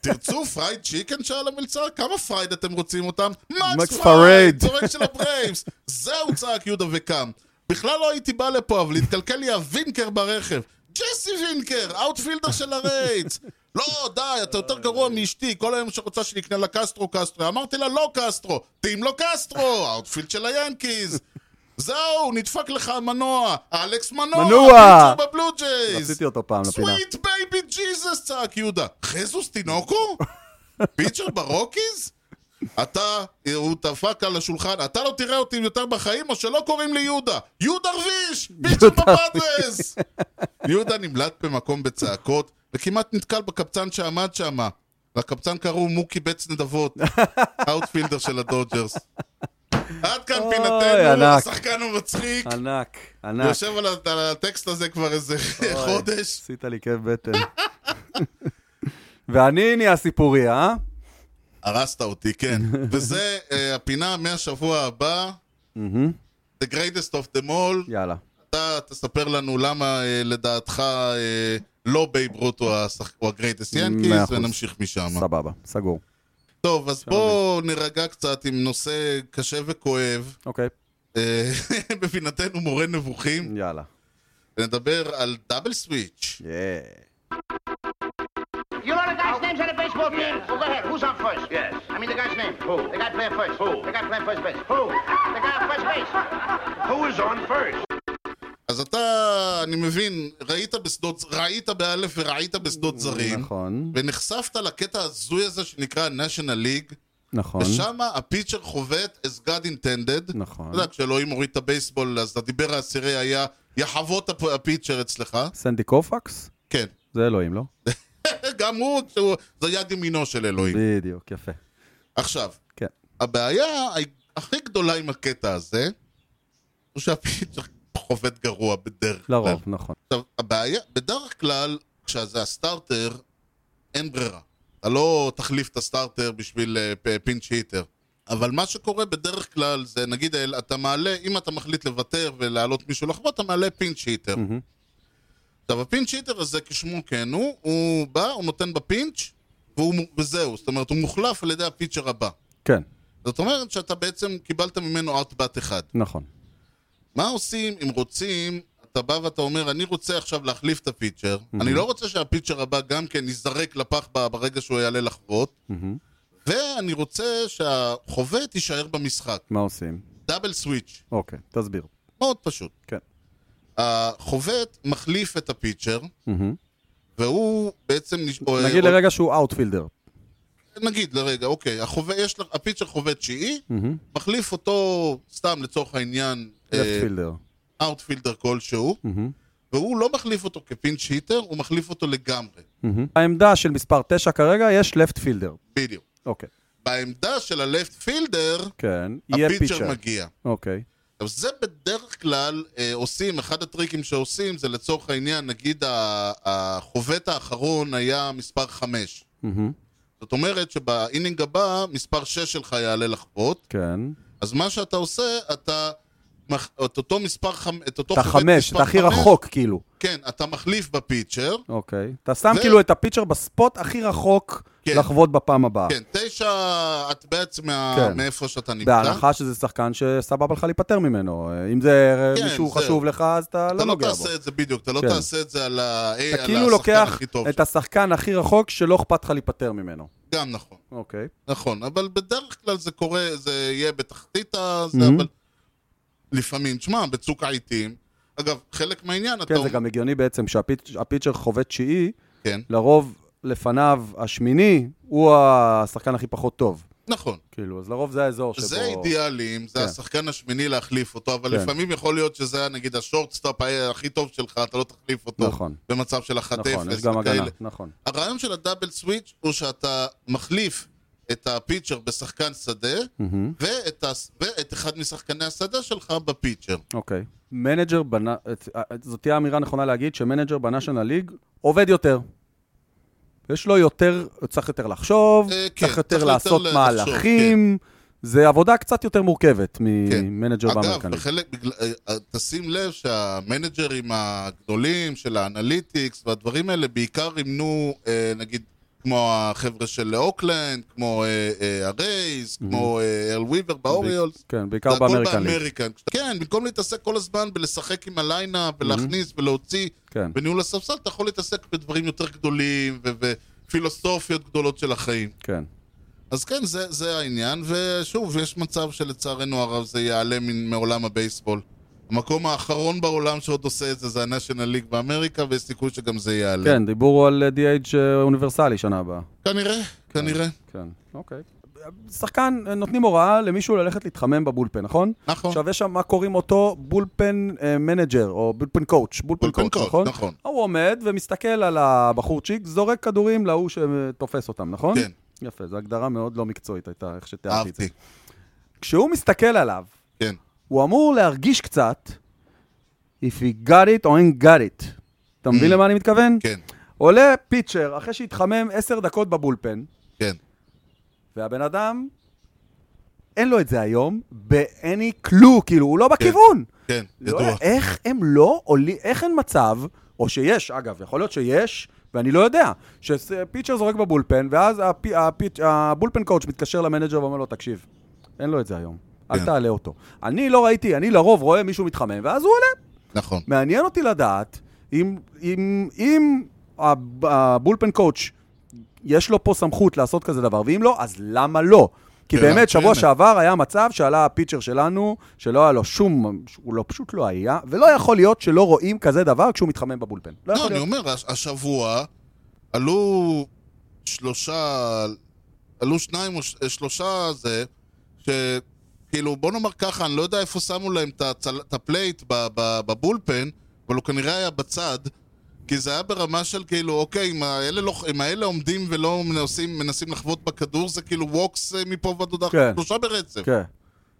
Speaker 1: תרצו פרייד צ'יקן שאל המלצר? כמה פרייד אתם רוצים אותם? מקס
Speaker 2: מקס
Speaker 1: פרייד,
Speaker 2: פרייד.
Speaker 1: זורק של הברייבס. זהו, צעק יהודה וקם. בכלל לא הייתי בא לפה, אבל התקלקל לי הווינקר ברכב. ג'סי וינקר, אאוטפילדר של הרייטס. לא, די, אתה יותר גרוע מאשתי, כל היום שרוצה שנקנה לה קסטרו קסטרו. אמרתי לה, לא קסטרו, שים לו קסטרו, האוטפילד של היאנקיז. זהו, נדפק לך המנוע, אלכס מנוע,
Speaker 2: מנוע.
Speaker 1: פיצ'ר בבלו
Speaker 2: [LAUGHS]
Speaker 1: ג'ייז.
Speaker 2: רציתי אותו פעם לפינה.
Speaker 1: סוויט בייבי ג'יזוס, צעק יהודה. חזוס
Speaker 2: [LAUGHS]
Speaker 1: תינוקו? פיצ'ר ברוקיז? אתה, הוא דפק על השולחן, אתה לא תראה אותי יותר בחיים או שלא קוראים לי יהודה. יהודה רביש! פיצ'ר
Speaker 2: יהודה
Speaker 1: בפאדרס! [LAUGHS] יהודה נמלט במקום בצעקות, וכמעט נתקל בקפצן שעמד שם. לקפצן קראו מוקי בץ
Speaker 2: [LAUGHS]
Speaker 1: נדבות, האוטפילדר של הדודג'רס. עד כאן
Speaker 2: אוי,
Speaker 1: פינתנו,
Speaker 2: ענק.
Speaker 1: השחקן המצחיק.
Speaker 2: ענק, ענק.
Speaker 1: יושב על ה- על הטקסט הזה כבר איזה
Speaker 2: אוי,
Speaker 1: חודש.
Speaker 2: עשית לי כאב בטן. ואני נהיה סיפורי, אה?
Speaker 1: הרסת אותי,
Speaker 2: [LAUGHS]
Speaker 1: כן. וזה אה, הפינה מהשבוע הבא,
Speaker 2: מהמם.
Speaker 1: The Greatest of them all.
Speaker 2: יאללה.
Speaker 1: אתה תספר לנו למה אה, לדעתך אה, לא בייב רוט הוא השח- הוא ה-Greatest
Speaker 2: מאה
Speaker 1: Yankees,
Speaker 2: אחוז.
Speaker 1: ונמשיך משם.
Speaker 2: סבבה, סגור.
Speaker 1: טוב, אז בואו נירגע קצת עם נושא קשה וכואב.
Speaker 2: אוקיי,
Speaker 1: אה, [LAUGHS] בפינתנו מורה נבוכים,
Speaker 2: יאללה.
Speaker 1: נדבר על דאבל סוויץ'.
Speaker 2: יאה.
Speaker 5: You know the guy's name's on the baseball team? Well, go ahead. Who's on first? Yes. I mean the guy's name. Who? The guy playing first. Who? The guy playing first base. Who? The guy on first base. Who is on first?
Speaker 1: אז אתה, אני מבין, ראית בשדות, ראית באלף וראית בשדות זרים.
Speaker 2: נכון,
Speaker 1: ונחשפת לקטע ההזוי הזה שנקרא national league,
Speaker 2: נכון,
Speaker 1: ושם הפיצ'ר חובט as God intended.
Speaker 2: נכון.
Speaker 1: אתה יודע, כשאלוהים הוריד את הבייסבול, אז הדיבר העשירי היה, יחבוט הפ- הפיצ'ר אצלך.
Speaker 2: סנדי קופקס?
Speaker 1: כן. אה,
Speaker 2: זה אלוהים, לא?
Speaker 1: גם הוא, כשהוא- זה יד ימינו של אלוהים.
Speaker 2: בדיוק, יפה.
Speaker 1: עכשיו,
Speaker 2: כן.
Speaker 1: הבעיה ה- הכי גדולה עם הקטע הזה, הוא שהפיצ'ר חובד גרוע בדרך כלל.
Speaker 2: לרוב, נכון.
Speaker 1: עכשיו, הבעיה, בדרך כלל, כשזה הסטארטר, אין ברירה. אתה לא תחליף את הסטארטר בשביל אה, פ- פינץ' היטר. אבל מה שקורה בדרך כלל זה, נגיד, אה, אתה מעלה, אם אתה מחליט לוותר ולהעלות מישהו לחוות, אתה מעלה פינץ' היטר.
Speaker 2: מהמם.
Speaker 1: עכשיו, הפינץ' היטר הזה, כשמו כן הוא, הוא בא, הוא נותן בפינץ', והוא, מו- וזהו. זאת אומרת, הוא מוחלף על ידי הפיצ'ר הבא.
Speaker 2: כן,
Speaker 1: זאת אומרת שאתה בעצם קיבלת ממנו אאוטבאט אחד.
Speaker 2: נכון.
Speaker 1: מה עושים אם רוצים, אתה בא ואתה אומר, אני רוצה עכשיו להחליף את הפיצ'ר, אני לא רוצה שהפיצ'ר הבא גם כן ייזרק לפח ב- ברגע שהוא יעלה לחוות, ואני רוצה שהחובט יישאר במשחק.
Speaker 2: מה עושים?
Speaker 1: דאבל סוויץ',
Speaker 2: אוקיי, תסביר.
Speaker 1: מאוד פשוט.
Speaker 2: כן.
Speaker 1: החובט מחליף את הפיצ'ר,
Speaker 2: מהמם.
Speaker 1: והוא בעצם... נש- או-
Speaker 2: אה, נגיד
Speaker 1: או-
Speaker 2: לרגע שהוא אאוטפילדר.
Speaker 1: נגיד לרגע, אוקיי, החובט, יש לך, הפיצ'ר חובט תשיעי, מחליף אותו סתם לצורך העניין... אה,
Speaker 2: לפטפילדר.
Speaker 1: אאוטפילדר כלשהו, והוא לא מחליף אותו כפינץ' היטר, הוא מחליף אותו לגמרי,
Speaker 2: העמדה של מספר 9 כרגע יש לפטפילדר.
Speaker 1: בדיוק.
Speaker 2: אוקיי.
Speaker 1: בעמדה של הלפט פילדר,
Speaker 2: כן, יהיה פיצ'ר.
Speaker 1: הפיצ'ר מגיע.
Speaker 2: אוקיי.
Speaker 1: עכשיו זה בדרך כלל אה, עושים, אחד הטריקים שעושים זה לצורך העניין, נגיד ה- החובט האחרון היה מספר 5.
Speaker 2: מהמם.
Speaker 1: זאת אומרת שבאינינג הבא, מספר 6 שלך יעלה לחבוט,
Speaker 2: כן.
Speaker 1: אז מה שאתה עושה, אתה... מח- את אותו מספר חמ... את אותו
Speaker 2: אתה
Speaker 1: חובט
Speaker 2: חמש,
Speaker 1: מספר
Speaker 2: אתה הכי
Speaker 1: חמש,
Speaker 2: רחוק כאילו.
Speaker 1: כן, אתה מחליף בפיצ'ר,
Speaker 2: אוקיי. אתה שם
Speaker 1: ו-
Speaker 2: כאילו את הפיצ'ר בספוט הכי רחוק
Speaker 1: כן.
Speaker 2: לחוות בפעם הבאה.
Speaker 1: כן, תשע עטבץ מה...
Speaker 2: כן.
Speaker 1: מאיפה שאתה נמצא.
Speaker 2: בהנחה שזה שחקן שסבבה לך להיפטר ממנו. אם זה
Speaker 1: כן,
Speaker 2: מישהו
Speaker 1: זהו.
Speaker 2: חשוב לך, אז אתה
Speaker 1: אתה
Speaker 2: לא
Speaker 1: לא
Speaker 2: נוגע בו.
Speaker 1: תעשה את זה בדיוק, אתה לא
Speaker 2: כן.
Speaker 1: תעשה את זה על ה- אה,
Speaker 2: אתה
Speaker 1: על
Speaker 2: כאילו
Speaker 1: השחקן
Speaker 2: לוקח
Speaker 1: הכי טוב.
Speaker 2: את השחקן הכי רחוק שלא אכפת לך להיפטר ממנו.
Speaker 1: גם נכון,
Speaker 2: אוקיי.
Speaker 1: נכון. אבל בדרך כלל זה קורה, זה יהיה בתחתית הזה,
Speaker 2: Mhm.
Speaker 1: אבל... לפעמים, שמע, בצוק העיתים. אגב, חלק מהעניין, אתה...
Speaker 2: כן, זה
Speaker 1: אומר-
Speaker 2: גם הגיוני בעצם שהפיצ'ר חווה תשיעי,
Speaker 1: כן,
Speaker 2: לרוב לפניו השמיני הוא השחקן הכי פחות טוב.
Speaker 1: נכון.
Speaker 2: כאילו, אז לרוב זה האזור שבו...
Speaker 1: זה אידיאלי, אם זה
Speaker 2: כן.
Speaker 1: השחקן השמיני להחליף אותו, אבל
Speaker 2: כן.
Speaker 1: לפעמים יכול להיות שזה היה נגיד השורטסטופ ה- הכי טוב שלך, אתה לא תחליף אותו.
Speaker 2: נכון.
Speaker 1: במצב של 1-0
Speaker 2: נכון, יש גם הגנה,
Speaker 1: וכאלה.
Speaker 2: נכון.
Speaker 1: הרעיון של הדאבל סוויץ' הוא שאתה מחליף את הפיצ'ר בשחקן שדה,
Speaker 2: מהמם.
Speaker 1: ואת, ה... ואת אחד משחקני השדה שלך בפיצ'ר.
Speaker 2: אוקיי. מנג'ר בנה... את- את- זאת תהיה אמירה נכונה להגיד שמנג'ר בנאשונל ליג עובד יותר. יש לו יותר, צריך יותר לחשוב,
Speaker 1: אה, כן,
Speaker 2: צריך יותר
Speaker 1: צריך יותר
Speaker 2: לעשות
Speaker 1: לחשוב, כן.
Speaker 2: מהלכים. זה עבודה קצת יותר מורכבת ממנג'ר
Speaker 1: אגב,
Speaker 2: באמריקן ליג.
Speaker 1: בחלק, בגלל- אה, תשים לב שהמנג'רים הגדולים של האנליטיקס והדברים האלה בעיקר ימנו, אה, נגיד, כמו החבר'ה של אוקלנד, כמו אה, אה, הרייז, כמו אה, ארל וויבר באוריולס.
Speaker 2: כן, בעיקר
Speaker 1: זה הכל
Speaker 2: באמריקן ליג.
Speaker 1: באמריקן. כשאתה- כן, במקום להתעסק כל הזמן בלשחק עם הליינה ולהכניס ולהוציא
Speaker 2: כן.
Speaker 1: בניהול הספסל, אתה יכול להתעסק בדברים יותר גדולים ו- ופילוסופיות גדולות של החיים.
Speaker 2: כן.
Speaker 1: אז כן, זה, זה העניין, ושוב, יש מצב שלצערנו הרב זה ייעלם מן- מעולם הבייסבול. המקום האחרון בעולם שעוד עושה את זה זה ה-National League באמריקה, ויש סיכוי שגם זה ייעלם.
Speaker 2: כן, דיברו על אה, DH אוניברסלי שנה הבאה.
Speaker 1: כנראה, כנראה.
Speaker 2: כן, אוקיי. שחקן, אה, נותנים הוראה למישהו ללכת להתחמם בבולפן, נכון?
Speaker 1: נכון.
Speaker 2: עכשיו יש שם מה קוראים אותו בולפן אה, מנג'ר, או בולפן קואוץ', בולפן
Speaker 1: בולפן
Speaker 2: קואוץ',
Speaker 1: קואוץ',
Speaker 2: נכון?
Speaker 1: נכון.
Speaker 2: הוא עומד ומסתכל על הבחורצ'יק, זורק כדורים להוא שתופס אותם, נכון?
Speaker 1: כן.
Speaker 2: יפה, זו הגדרה מאוד לא מקצועית הייתה, איך שתיארתי את זה.
Speaker 1: אהבתי.
Speaker 2: כשהוא מסתכל עליו,
Speaker 1: כן,
Speaker 2: הוא אמור להרגיש קצת, If he got it or ain't got it. אתה מבין למה אני מתכוון?
Speaker 1: כן,
Speaker 2: עולה פיצ'ר, אחרי שהתחמם עשר דקות בבולפן,
Speaker 1: כן.
Speaker 2: והבן אדם, אין לו את זה היום, באני כלו, כאילו, הוא לא בכיוון.
Speaker 1: כן,
Speaker 2: לא,
Speaker 1: ידוע.
Speaker 2: איך הם לא עולים, איך אין מצב, או שיש, אגב, יכול להיות שיש, ואני לא יודע, שפיצ'ר זורק בבולפן, ואז הפ, הפיצ', הבולפן קואוץ' מתקשר למנג'ר ואומר לו, תקשיב, אין לו את זה היום, אל
Speaker 1: כן.
Speaker 2: תעלה אותו. אני לא ראיתי, אני לרוב רואה מישהו מתחמם, ואז הוא עולה.
Speaker 1: נכון.
Speaker 2: מעניין אותי לדעת אם, אם, אם הב- הבולפן קואוץ' יש לו פה סמכות לעשות כזה דבר, ואם לא, אז למה לא? כי
Speaker 1: שאלה
Speaker 2: באמת, שבוע
Speaker 1: מצוינת.
Speaker 2: שעבר היה מצב שעלה הפיצ'ר שלנו, שלא היה לו שום, הוא לא, פשוט לא היה, ולא יכול להיות שלא רואים כזה דבר כשהוא מתחמם בבולפן. לא
Speaker 1: לא,
Speaker 2: יכול
Speaker 1: אני
Speaker 2: להיות.
Speaker 1: אומר, הש- השבוע עלו שלושה, עלו שניים או ש- שלושה זה, שכאילו, בוא נאמר ככה, אני לא יודע איפה שמו להם את הצל- את הפלייט ב- ב- בבולפן, אבל הוא כנראה היה בצד, כי זה היה ברמה של כאילו, אוקיי, אם האלה, לא, אם האלה עומדים ולא מנסים, מנסים לחבוט בכדור, זה כאילו ווקס אה, מפה ועד הודעה,
Speaker 2: כן.
Speaker 1: שלושה ברצף.
Speaker 2: כן,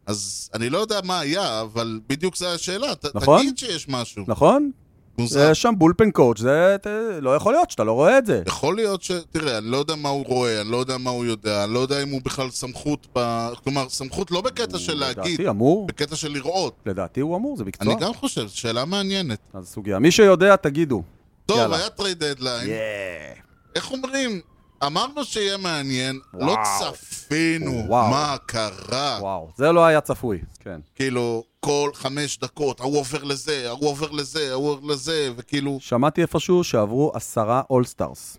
Speaker 1: אז אני לא יודע מה היה, אבל בדיוק זו השאלה. ת-
Speaker 2: נכון.
Speaker 1: תגיד שיש משהו.
Speaker 2: נכון?
Speaker 1: מוזר.
Speaker 2: זה שם בולפן קואוץ', זה ת- לא יכול להיות שאתה לא רואה את זה.
Speaker 1: יכול להיות ש... תראה, אני לא יודע מה הוא רואה, אני לא יודע מה הוא יודע, אני לא יודע אם הוא בכלל סמכות ב... כלומר, סמכות לא בקטע של להגיד,
Speaker 2: לדעתי אמור,
Speaker 1: בקטע של לראות.
Speaker 2: לדעתי הוא אמור, זה מקצוע.
Speaker 1: אני גם חושב, שאלה מעניינת.
Speaker 2: אז סוגיה. מי שיודע, תגידו.
Speaker 1: טוב,
Speaker 2: יאללה.
Speaker 1: היה טרייד דדליין. אה.
Speaker 2: יאה.
Speaker 1: איך אומרים? אמרנו שיהיה מעניין, לא
Speaker 2: וואו.
Speaker 1: צפינו
Speaker 2: וואו.
Speaker 1: מה קרה.
Speaker 2: וואו, זה לא היה צפוי. כן.
Speaker 1: כאילו, כל חמש דקות, ההוא עובר לזה, ההוא עובר לזה, ההוא עובר לזה, וכאילו,
Speaker 2: שמעתי איפשהו שעברו עשרה אולסטארס.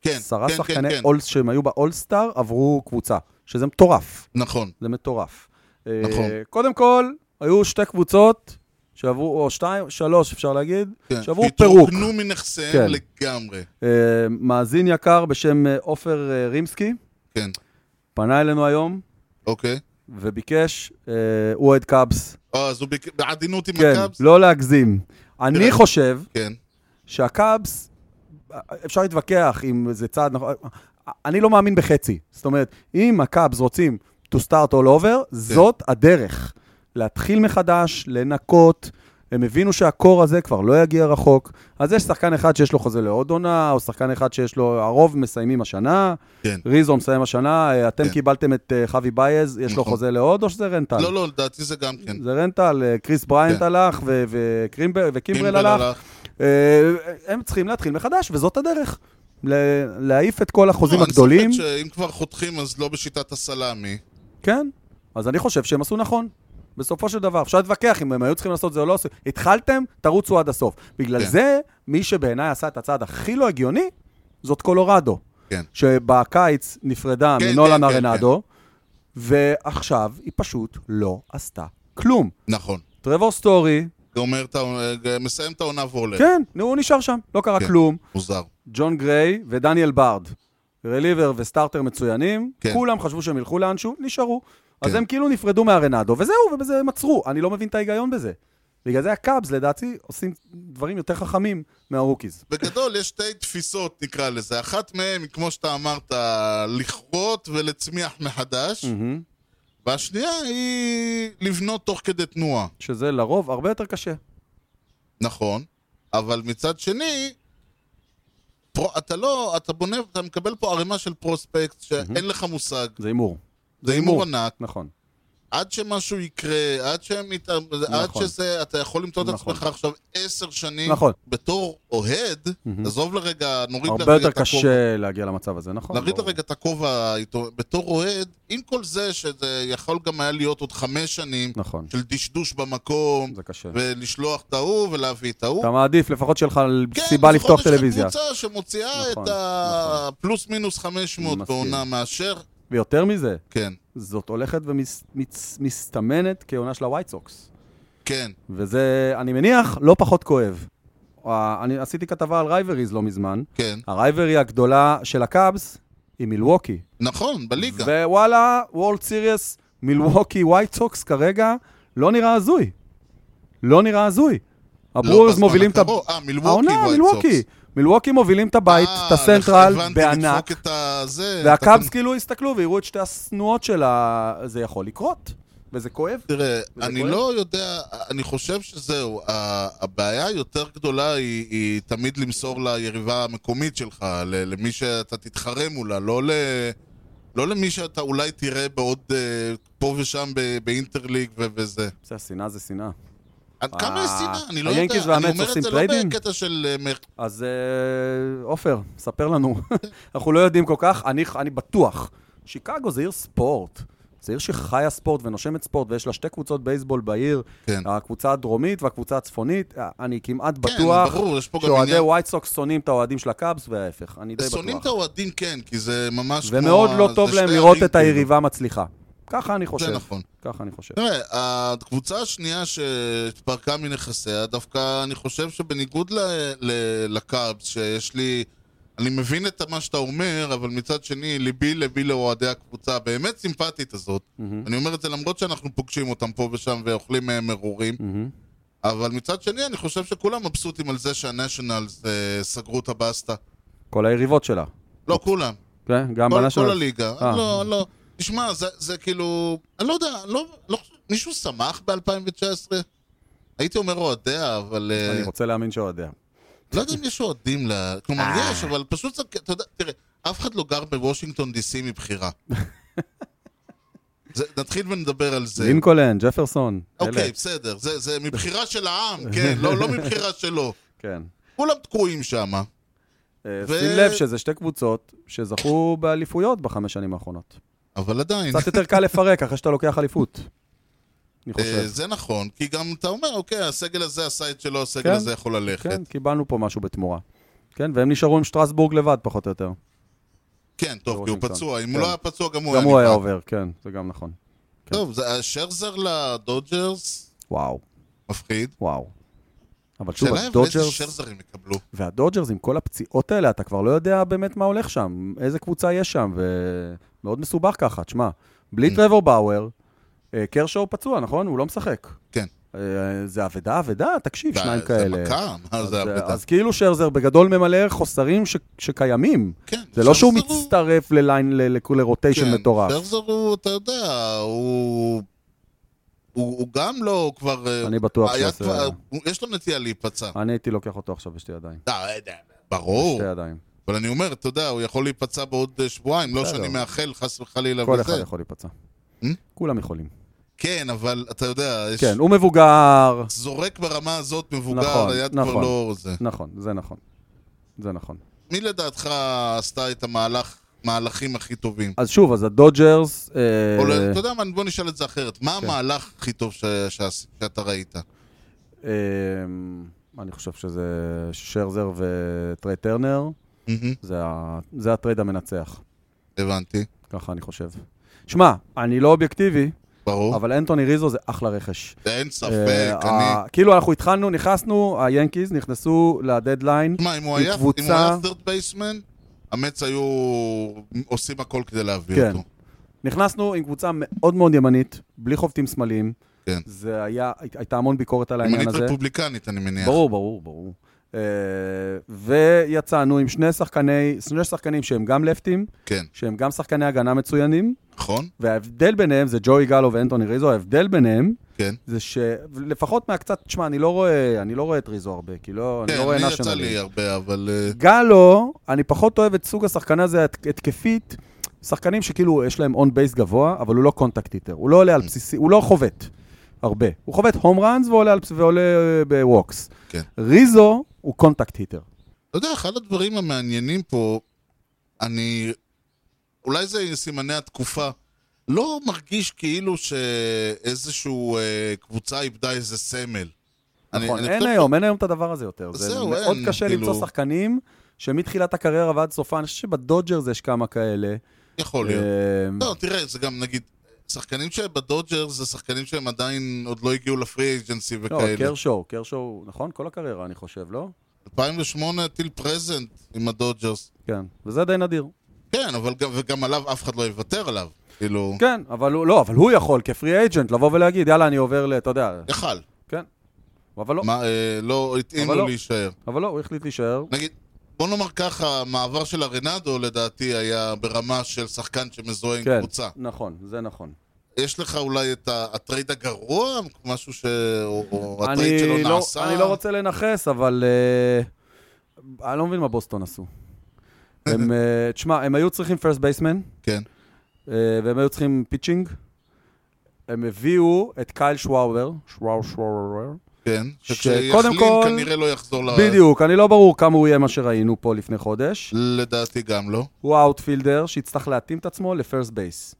Speaker 1: כן,
Speaker 2: עשרה
Speaker 1: כן, כן,
Speaker 2: שחקני
Speaker 1: כן,
Speaker 2: אולס שהם היו באולסטאר עברו קבוצה, שזה מטורף.
Speaker 1: נכון.
Speaker 2: זה מטורף. אה,
Speaker 1: נכון.
Speaker 2: קודם כל, היו שתי קבוצות שעברו, או שתיים, שלוש אפשר להגיד,
Speaker 1: כן.
Speaker 2: שעברו פירוק.
Speaker 1: התרוקנו מנכסיהם
Speaker 2: כן.
Speaker 1: לגמרי,
Speaker 2: אה, מאזין יקר בשם אה, עופר אה, רימסקי
Speaker 1: כן,
Speaker 2: פנה אלינו היום
Speaker 1: אוקיי.
Speaker 2: וביקש, אה, הוא אוהד קאבס,
Speaker 1: אה, אז הוא ביק- בעדינות עם
Speaker 2: כן,
Speaker 1: הקאבס?
Speaker 2: לא להגזים. אני
Speaker 1: תראה.
Speaker 2: חושב
Speaker 1: כן.
Speaker 2: שהקאבס, אפשר להתווכח אם זה צעד נכון, אני לא מאמין בחצי. זאת אומרת, אם הקאבס רוצים to start all over,
Speaker 1: כן.
Speaker 2: זאת הדרך. להתחיל מחדש, לנקות. הם הבינו שהקור הזה כבר לא יגיע רחוק. אז יש שחקן אחד שיש לו חוזה לעוד עונה, או שחקן אחד שיש לו, הרוב מסיימים השנה.
Speaker 1: כן.
Speaker 2: ריזו מסיים השנה, אה, אתם
Speaker 1: כן.
Speaker 2: קיבלתם את אה, חבי בייז, יש לו
Speaker 1: נכון.
Speaker 2: חוזה לעוד, או שזה רנטל?
Speaker 1: לא, לא, לדעתי זה גם כן.
Speaker 2: כן. זה רנטל, אה, קריס בריינט
Speaker 1: כן.
Speaker 2: הלך, ו- וקרימבר- וקימברל
Speaker 1: קימבל
Speaker 2: הלך. אה, הם צריכים להתחיל מחדש, וזאת הדרך. ל- להעיף את כל החוזים
Speaker 1: לא, אין
Speaker 2: הגדולים,
Speaker 1: ספק שאם כבר חותכים, אז לא בשיטת הסלאמי.
Speaker 2: כן. אז אני חושב שהם עשו נכון. בסופו של דבר, אפשר להתווכח אם הם היו צריכים לעשות את זה או לא עשו. התחלתם, תרוצו עד הסוף. בגלל
Speaker 1: כן.
Speaker 2: זה, מי שבעיניי עשה את הצעד הכי לא הגיוני, זאת קולורדו.
Speaker 1: כן.
Speaker 2: שבקיץ נפרדה
Speaker 1: כן,
Speaker 2: מנולן
Speaker 1: כן, כן,
Speaker 2: ארנדו, ועכשיו היא פשוט לא עשתה כלום.
Speaker 1: נכון.
Speaker 2: טרוור סטורי,
Speaker 1: זה אומר, את העונה- מסיים את העונה והולך.
Speaker 2: כן, נו, הוא נשאר שם, לא קרה
Speaker 1: כן.
Speaker 2: כלום.
Speaker 1: מוזר.
Speaker 2: ג'ון גריי ודניאל בארד. רליבר וסטארטר מצוינים, כן.
Speaker 1: כן.
Speaker 2: כולם חשבו שהם ילכו לאנשהו, נשארו. כן. אז
Speaker 1: כן.
Speaker 2: הם כאילו נפרדו מהרנדו, וזהו, ובזה הם עצרו. אני לא מבין את ההיגיון בזה. בגלל זה הקאבס, לדעתי, עושים דברים יותר חכמים מהרוקיז.
Speaker 1: בגדול, יש שתי תפיסות, נקרא לזה. אחת מהן היא, כמו שאתה אמרת, לכרות ולצמיח מחדש, והשנייה היא לבנות תוך כדי תנועה.
Speaker 2: שזה לרוב הרבה יותר קשה.
Speaker 1: נכון. אבל מצד שני, פרו- אתה לא, אתה בונה, אתה מקבל פה ערימה של פרוספקט שאין לך מושג.
Speaker 2: זה הימור.
Speaker 1: זה הימור ענק.
Speaker 2: נכון.
Speaker 1: עד שמשהו יקרה, עד שהם ית... עד שזה, אתה יכול למצוא את
Speaker 2: נכון.
Speaker 1: עצמך עכשיו עשר שנים,
Speaker 2: נכון.
Speaker 1: בתור אוהד, עזוב לרגע, נוריד
Speaker 2: הרבה
Speaker 1: לרגע
Speaker 2: יותר
Speaker 1: את הכובע,
Speaker 2: קשה להגיע למצב הזה, נכון?
Speaker 1: נוריד
Speaker 2: ברור.
Speaker 1: לרגע את הכובע, העיתו- בתור אוהד, עם כל זה שזה יכול גם היה להיות עוד חמש שנים,
Speaker 2: נכון,
Speaker 1: של דשדוש במקום,
Speaker 2: זה קשה.
Speaker 1: ולשלוח את ההוא ולהביא את ההוא.
Speaker 2: אתה מעדיף, לפחות שיהיה לך
Speaker 1: כן,
Speaker 2: סיבה
Speaker 1: לפחות
Speaker 2: לפתוח
Speaker 1: יש לך
Speaker 2: טלוויזיה.
Speaker 1: קבוצה שמוציאה
Speaker 2: נכון,
Speaker 1: את הפלוס מינוס 500
Speaker 2: מסכים.
Speaker 1: בעונה מאשר,
Speaker 2: ויותר מזה,
Speaker 1: כן,
Speaker 2: זאת הולכת ומסתמנת כעונה של הווייט סוקס.
Speaker 1: כן,
Speaker 2: וזה, אני מניח, לא פחות כואב. אה, אני עשיתי כתבה על רייבריז לא מזמן.
Speaker 1: כן,
Speaker 2: הרייברי הגדולה של הקאבס היא מילווקי.
Speaker 1: נכון, בליגה.
Speaker 2: ווואלה, וולד סיריוס, מילווקי ווייט סוקס כרגע לא נראה הזוי. לא נראה הזוי. הברורס
Speaker 1: לא, בזמן
Speaker 2: מובילים את...
Speaker 1: הקרוב. אה, מילווקי, ווייט
Speaker 2: מילווקי.
Speaker 1: סוקס.
Speaker 2: מילווקי מובילים את הבית,
Speaker 1: אה,
Speaker 2: את הסנטרל,
Speaker 1: הבנתי,
Speaker 2: בענק.
Speaker 1: לדפוק את הזה,
Speaker 2: והקאבס
Speaker 1: אתה-
Speaker 2: כאילו הסתכלו ויראו את שתי השנואות של ה... זה יכול לקרות, וזה כואב.
Speaker 1: תראה,
Speaker 2: וזה
Speaker 1: אני
Speaker 2: כואב.
Speaker 1: לא יודע, אני חושב שזהו, ה- הבעיה היותר גדולה היא, היא תמיד למסור ליריבה המקומית שלך, ל- למי שאתה תתחרה מולה, לא, ל, לא למי שאתה אולי תראה בעוד אה, פה ושם ב, באינטרליג ו- וזה.
Speaker 2: בסדר, שנאה זה שנאה.
Speaker 1: עד
Speaker 2: אה,
Speaker 1: כמה יש שנאה? אני לא
Speaker 2: היאנקיז
Speaker 1: יודע, אני
Speaker 2: והמץ
Speaker 1: אומר
Speaker 2: עושים
Speaker 1: את זה
Speaker 2: טריידים?
Speaker 1: לא בקטע של... אה, מח-
Speaker 2: אז אה, עופר, ספר לנו. [LAUGHS] אנחנו לא יודעים כל כך, אני, אני בטוח. שיקגו זה עיר ספורט. זה עיר שחיה ספורט ונושמת ספורט, ויש לה שתי קבוצות בייסבול בעיר,
Speaker 1: כן.
Speaker 2: הקבוצה הדרומית והקבוצה הצפונית. אה, אני כמעט
Speaker 1: כן,
Speaker 2: בטוח
Speaker 1: ברור, יש פה גם
Speaker 2: שאוהדי
Speaker 1: עניין.
Speaker 2: ווייט סוקס שונאים את האוהדים של הקאבס, וההפך, אני די
Speaker 1: שונאים את
Speaker 2: בטוח.
Speaker 1: האוהדים, כן, כי זה ממש כמו...
Speaker 2: ומאוד לא
Speaker 1: זה
Speaker 2: טוב
Speaker 1: שתי
Speaker 2: להם לראות
Speaker 1: ערים,
Speaker 2: את
Speaker 1: כאילו.
Speaker 2: היריבה מצליחה. ככה אני חושב.
Speaker 1: נכון.
Speaker 2: ככה אני חושב.
Speaker 1: תראה, הקבוצה השנייה שהתפרקה מנכסיה, דווקא אני חושב שבניגוד ל- ל- לקאבס, שיש לי... אני מבין את מה שאתה אומר, אבל מצד שני, ליבי ליבי לאוהדי הקבוצה הבאמת סימפטית הזאת. אני אומר את זה למרות שאנחנו פוגשים אותם פה ושם ואוכלים מהם מרורים,
Speaker 2: מהמם.
Speaker 1: אבל מצד שני, אני חושב שכולם מבסוטים על זה שהנשיונלס אה, סגרו את הבסטה.
Speaker 2: כל היריבות שלה.
Speaker 1: לא כולם.
Speaker 2: כן, גם
Speaker 1: כל, כל
Speaker 2: בנשיונל.
Speaker 1: הליגה.
Speaker 2: אה.
Speaker 1: לא, לא. תשמע, זה, זה כאילו... אני לא יודע, לא, לא, חושב- מישהו שמח ב-2019? הייתי אומר אוהדיה, אבל... אה,
Speaker 2: אני רוצה להאמין שאוהדיה.
Speaker 1: לא יודע אם יש אוהדים ל... כלומר,
Speaker 2: אה.
Speaker 1: יש, אבל פשוט זה... אתה יודע, תראה, אף אחד לא גר בוושינגטון די.סי מבחירה. זה- נתחיל ונדבר על זה.
Speaker 2: לינקולן, ג'פרסון.
Speaker 1: אוקיי,
Speaker 2: אלה.
Speaker 1: בסדר, זה זה מבחירה של
Speaker 2: [LAUGHS]
Speaker 1: העם, כן, לא לא מבחירה שלו.
Speaker 2: כן.
Speaker 1: כולם תקועים שם.
Speaker 2: אה,
Speaker 1: ו-
Speaker 2: שים לב שזה שתי קבוצות שזכו באליפויות בחמש שנים
Speaker 1: [LAUGHS]
Speaker 2: האחרונות.
Speaker 1: אבל עדיין,
Speaker 2: קצת יותר קל לפרק אחרי שאתה לוקח אליפות. אני חושב.
Speaker 1: אה, זה נכון, כי גם אתה אומר, אוקיי, הסגל הזה עשה את שלו, הסגל
Speaker 2: כן.
Speaker 1: הזה יכול ללכת.
Speaker 2: כן, קיבלנו פה משהו בתמורה. כן, והם נשארו עם שטרסבורג לבד, פחות או יותר.
Speaker 1: כן, טוב, כי הוא
Speaker 2: וושינגטון.
Speaker 1: פצוע, אם
Speaker 2: כן.
Speaker 1: הוא לא היה פצוע, גם הוא היה
Speaker 2: גם הוא היה
Speaker 1: נקרא.
Speaker 2: עובר, כן, זה גם נכון.
Speaker 1: טוב, זה- שרזר לדודג'רס,
Speaker 2: וואו,
Speaker 1: מפחיד.
Speaker 2: וואו. אבל שוב,
Speaker 1: שאלה אם לא איזה
Speaker 2: הדודג'רס...
Speaker 1: שרזר הם יקבלו.
Speaker 2: והדודג'רס עם כל הפציעות האלה, אתה כבר לא יודע באמת מה הולך שם, איזה קבוצה יש שם, ומאוד מסובך ככה, תשמע,
Speaker 1: Mm.
Speaker 2: בלי טרוור באואר, אה, קרשו פצוע, נכון? הוא לא משחק.
Speaker 1: כן.
Speaker 2: אה, זה אבדה, אבדה, תקשיב,
Speaker 1: זה-
Speaker 2: שניים כאלה.
Speaker 1: זה מכה, מה
Speaker 2: אז,
Speaker 1: זה הבטח?
Speaker 2: אז כאילו שרזר בגדול ממלא חוסרים ש, שקיימים.
Speaker 1: כן,
Speaker 2: זה לא שהוא
Speaker 1: שרזר הוא-
Speaker 2: מצטרף לליין, ל- ל- לרוטיישן
Speaker 1: כן,
Speaker 2: מטורף.
Speaker 1: שרזר הוא, אתה יודע, הוא... הוא, הוא גם לא, הוא כבר... אה,
Speaker 2: אני בטוח
Speaker 1: היה
Speaker 2: שזה-
Speaker 1: כבר- הוא- יש לו נטייה להיפצע.
Speaker 2: אני הייתי לוקח אותו עכשיו בשתי ידיים.
Speaker 1: לא, לא יודע, ברור,
Speaker 2: שתי ידיים.
Speaker 1: אבל אני אומר, אתה יודע, הוא יכול להיפצע בעוד אה, שבועיים, לא
Speaker 2: בסדר.
Speaker 1: שאני מאחל, חס וחלילה,
Speaker 2: כל
Speaker 1: וזה.
Speaker 2: אחד יכול להיפצע.
Speaker 1: Hmm?
Speaker 2: כולם יכולים.
Speaker 1: כן, אבל אתה יודע, יש...
Speaker 2: כן, הוא מבוגר,
Speaker 1: זורק ברמה הזאת מבוגר,
Speaker 2: נכון,
Speaker 1: היד כבר
Speaker 2: נכון.
Speaker 1: לא... זה.
Speaker 2: נכון, זה נכון. זה נכון.
Speaker 1: מי לדעתך עשתה את המהלך, מהלכים הכי טובים?
Speaker 2: אז שוב, אז הדודג'רס... אה, כן.
Speaker 1: או לא, אתה יודע מה, בוא נשאל את זה אחרת. מה המהלך הכי טוב ש- שעש- שאתה ראית?
Speaker 2: אה, אני חושב שזה שרזר וטריי טרנר,
Speaker 1: מהמם,
Speaker 2: זה ה- זה הטרייד המנצח,
Speaker 1: הבנתי,
Speaker 2: ככה אני חושב. שמע, אני לא אובייקטיבי,
Speaker 1: ברור.
Speaker 2: אבל אנטוני ריזו זה אחלה רכש.
Speaker 1: אין ספק,
Speaker 2: אה,
Speaker 1: אני...
Speaker 2: ה- כאילו אנחנו התחלנו, נכנסנו, היאנקיז נכנסו לדדליין.
Speaker 1: תשמע, אם הוא
Speaker 2: היא
Speaker 1: היה
Speaker 2: קבוצה-
Speaker 1: אם הוא היה third בייסמן, המץ היו עושים הכל כדי להביא
Speaker 2: כן.
Speaker 1: אותו.
Speaker 2: נכנסנו עם קבוצה מאוד מאוד ימנית, בלי חובטים שמאליים.
Speaker 1: כן.
Speaker 2: זה היה, הייתה המון ביקורת על העניין
Speaker 1: ימנית
Speaker 2: הזה.
Speaker 1: רפובליקנית, אני מניח.
Speaker 2: ברור, ברור, ברור. Uh, ויצאנו עם שני, שחקני, שני שחקנים שהם גם לפטים,
Speaker 1: כן,
Speaker 2: שהם גם שחקני הגנה מצוינים,
Speaker 1: נכון?
Speaker 2: וההבדל ביניהם זה ג'וי גלו ואנטוני ריזו, ההבדל ביניהם
Speaker 1: כן.
Speaker 2: זה שלפחות מהקצת, תשמע, אני לא רואה, אני לא רואה את ריזו הרבה, כי לא,
Speaker 1: כן,
Speaker 2: אני לא רואה
Speaker 1: אני יצא
Speaker 2: national
Speaker 1: לי
Speaker 2: league.
Speaker 1: הרבה, אבל... אה,
Speaker 2: גלו, אני פחות אוהב את סוג השחקן הזה הת- התקפית, שחקנים שכאילו יש להם און בייס גבוה, אבל הוא לא קונטקט איטר, הוא לא עולה
Speaker 1: כן.
Speaker 2: על בסיסי, הוא לא חובט הרבה. הוא חובט הום ראנס ועולה על בס- ועולה אה, בווקס.
Speaker 1: כן.
Speaker 2: ריזו הוא קונטקט היטר.
Speaker 1: אתה יודע, אחד הדברים המעניינים פה, אני... אולי זה סימני התקופה. לא מרגיש כאילו שאיזושהי אה, קבוצה איבדה איזה סמל. אני-
Speaker 2: נכון,
Speaker 1: אני
Speaker 2: אין
Speaker 1: חושב-
Speaker 2: היום, אין היום את הדבר הזה יותר. זה
Speaker 1: זהו,
Speaker 2: מאוד
Speaker 1: אין,
Speaker 2: קשה
Speaker 1: כאילו-
Speaker 2: למצוא שחקנים שמתחילת הקריירה ועד סופה, אני חושב שבדודג'רס יש כמה כאלה.
Speaker 1: יכול להיות.
Speaker 2: אה,
Speaker 1: לא, תראה, זה גם, נגיד, שחקנים שבדודג'ר זה שחקנים שהם עדיין עוד לא הגיעו לפרי אייג'נסי
Speaker 2: לא,
Speaker 1: וכאלה.
Speaker 2: קרשו, קרשו, נכון? כל הקריירה, אני חושב, לא?
Speaker 1: 2008 טיל פרזנט עם הדודג'רס.
Speaker 2: כן, וזה די נדיר.
Speaker 1: כן, אבל גם, וגם עליו אף אחד לא יוותר עליו. כאילו,
Speaker 2: כן, אבל הוא, לא, אבל הוא יכול כפרי אייג'נט לבוא ולהגיד, יאללה, אני עובר ל... אתה יודע,
Speaker 1: יכל.
Speaker 2: כן. אבל לא,
Speaker 1: מה, אה, לא התאים
Speaker 2: אבל
Speaker 1: לו
Speaker 2: לא.
Speaker 1: להישאר.
Speaker 2: אבל לא, הוא החליט להישאר.
Speaker 1: נגיד, בוא נאמר ככה, המעבר של הרנדו לדעתי היה ברמה של שחקן שמזוהה עם
Speaker 2: כן,
Speaker 1: קבוצה.
Speaker 2: נכון, זה נכון.
Speaker 1: יש לך אולי את ה- הטרייד הגרוע, משהו ש... או, או הטרייד שלו
Speaker 2: אני לא,
Speaker 1: נעשה?
Speaker 2: אני לא רוצה לנכס, אבל uh, אני לא מבין מה בוסטון עשו. הם, uh, תשמע, הם היו צריכים פרסט בייסמן,
Speaker 1: כן,
Speaker 2: uh, והם היו צריכים פיצ'ינג. הם הביאו את קייל שוואובר, שוואו שוואובר.
Speaker 1: כן.
Speaker 2: שקודם
Speaker 1: שכשיחלים
Speaker 2: כל-
Speaker 1: כנראה לא יחזור ל...
Speaker 2: בדיוק, אני לא ברור כמה הוא יהיה מה שראינו פה לפני חודש.
Speaker 1: לדעתי גם לא.
Speaker 2: הוא האוטפילדר שיצטרך להתאים את עצמו לפרסט בייס.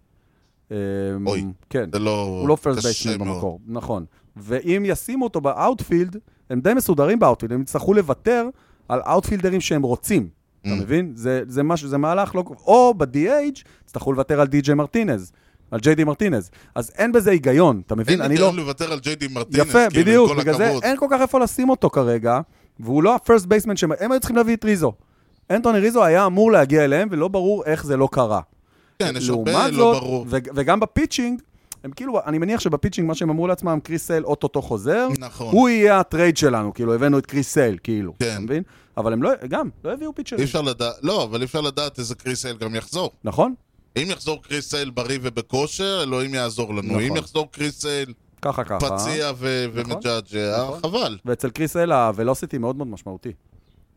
Speaker 1: אוי,
Speaker 2: כן.
Speaker 1: זה לא...
Speaker 2: הוא לא פרסט
Speaker 1: קשה
Speaker 2: בייסמן
Speaker 1: מאוד.
Speaker 2: במקור, נכון. ואם ישימו אותו באאוטפילד, הם די מסודרים באאוטפילד, הם יצטרכו לוותר על אאוטפילדרים שהם רוצים.
Speaker 1: Mm.
Speaker 2: אתה מבין? זה, זה משהו, זה מהלך לא... או ב-DH, יצטרכו לוותר על די.ג'יי מרטינז, על ג'יי די מרטינז. אז אין בזה היגיון, אתה מבין?
Speaker 1: אין
Speaker 2: אני לא...
Speaker 1: היגיון לוותר על ג'יי די מרטינס,
Speaker 2: יפה,
Speaker 1: כאילו, עם
Speaker 2: בדיוק,
Speaker 1: כל
Speaker 2: בגלל זה
Speaker 1: הכבוד.
Speaker 2: אין כל כך איפה לשים אותו כרגע, והוא לא הפרסט בייסמן שהם הם היו צריכים להביא את ריזו. אנטוני ריזו היה אמור להגיע אליהם, ולא ברור איך זה לא קרה.
Speaker 1: כן, יש הרבה
Speaker 2: לעומת
Speaker 1: לא
Speaker 2: זאת,
Speaker 1: ברור.
Speaker 2: ו- וגם בפיצ'ינג, הם כאילו, אני מניח שבפיצ'ינג, מה שהם אמרו לעצמם, קריס סייל אוטוטו חוזר,
Speaker 1: נכון.
Speaker 2: הוא יהיה הטרייד שלנו, כאילו, הבאנו את קריס סייל, כאילו,
Speaker 1: כן.
Speaker 2: אתה מבין? אבל הם לא, גם, לא הביאו
Speaker 1: אי
Speaker 2: פיצ'רים,
Speaker 1: אפשר לדעת, לא, אבל אי אפר לדעת איזה קריס אל גם יחזור.
Speaker 2: נכון?
Speaker 1: אם יחזור קריס סייל בריא ובכושר, אלוהים יעזור לנו.
Speaker 2: נכון.
Speaker 1: אם יחזור קריס סייל
Speaker 2: ככה ככה.
Speaker 1: פציע ו-
Speaker 2: נכון,
Speaker 1: ומג'עג'ע,
Speaker 2: נכון.
Speaker 1: חבל.
Speaker 2: ואצל קריס אל הוולוסיטי מאוד מאוד משמעותי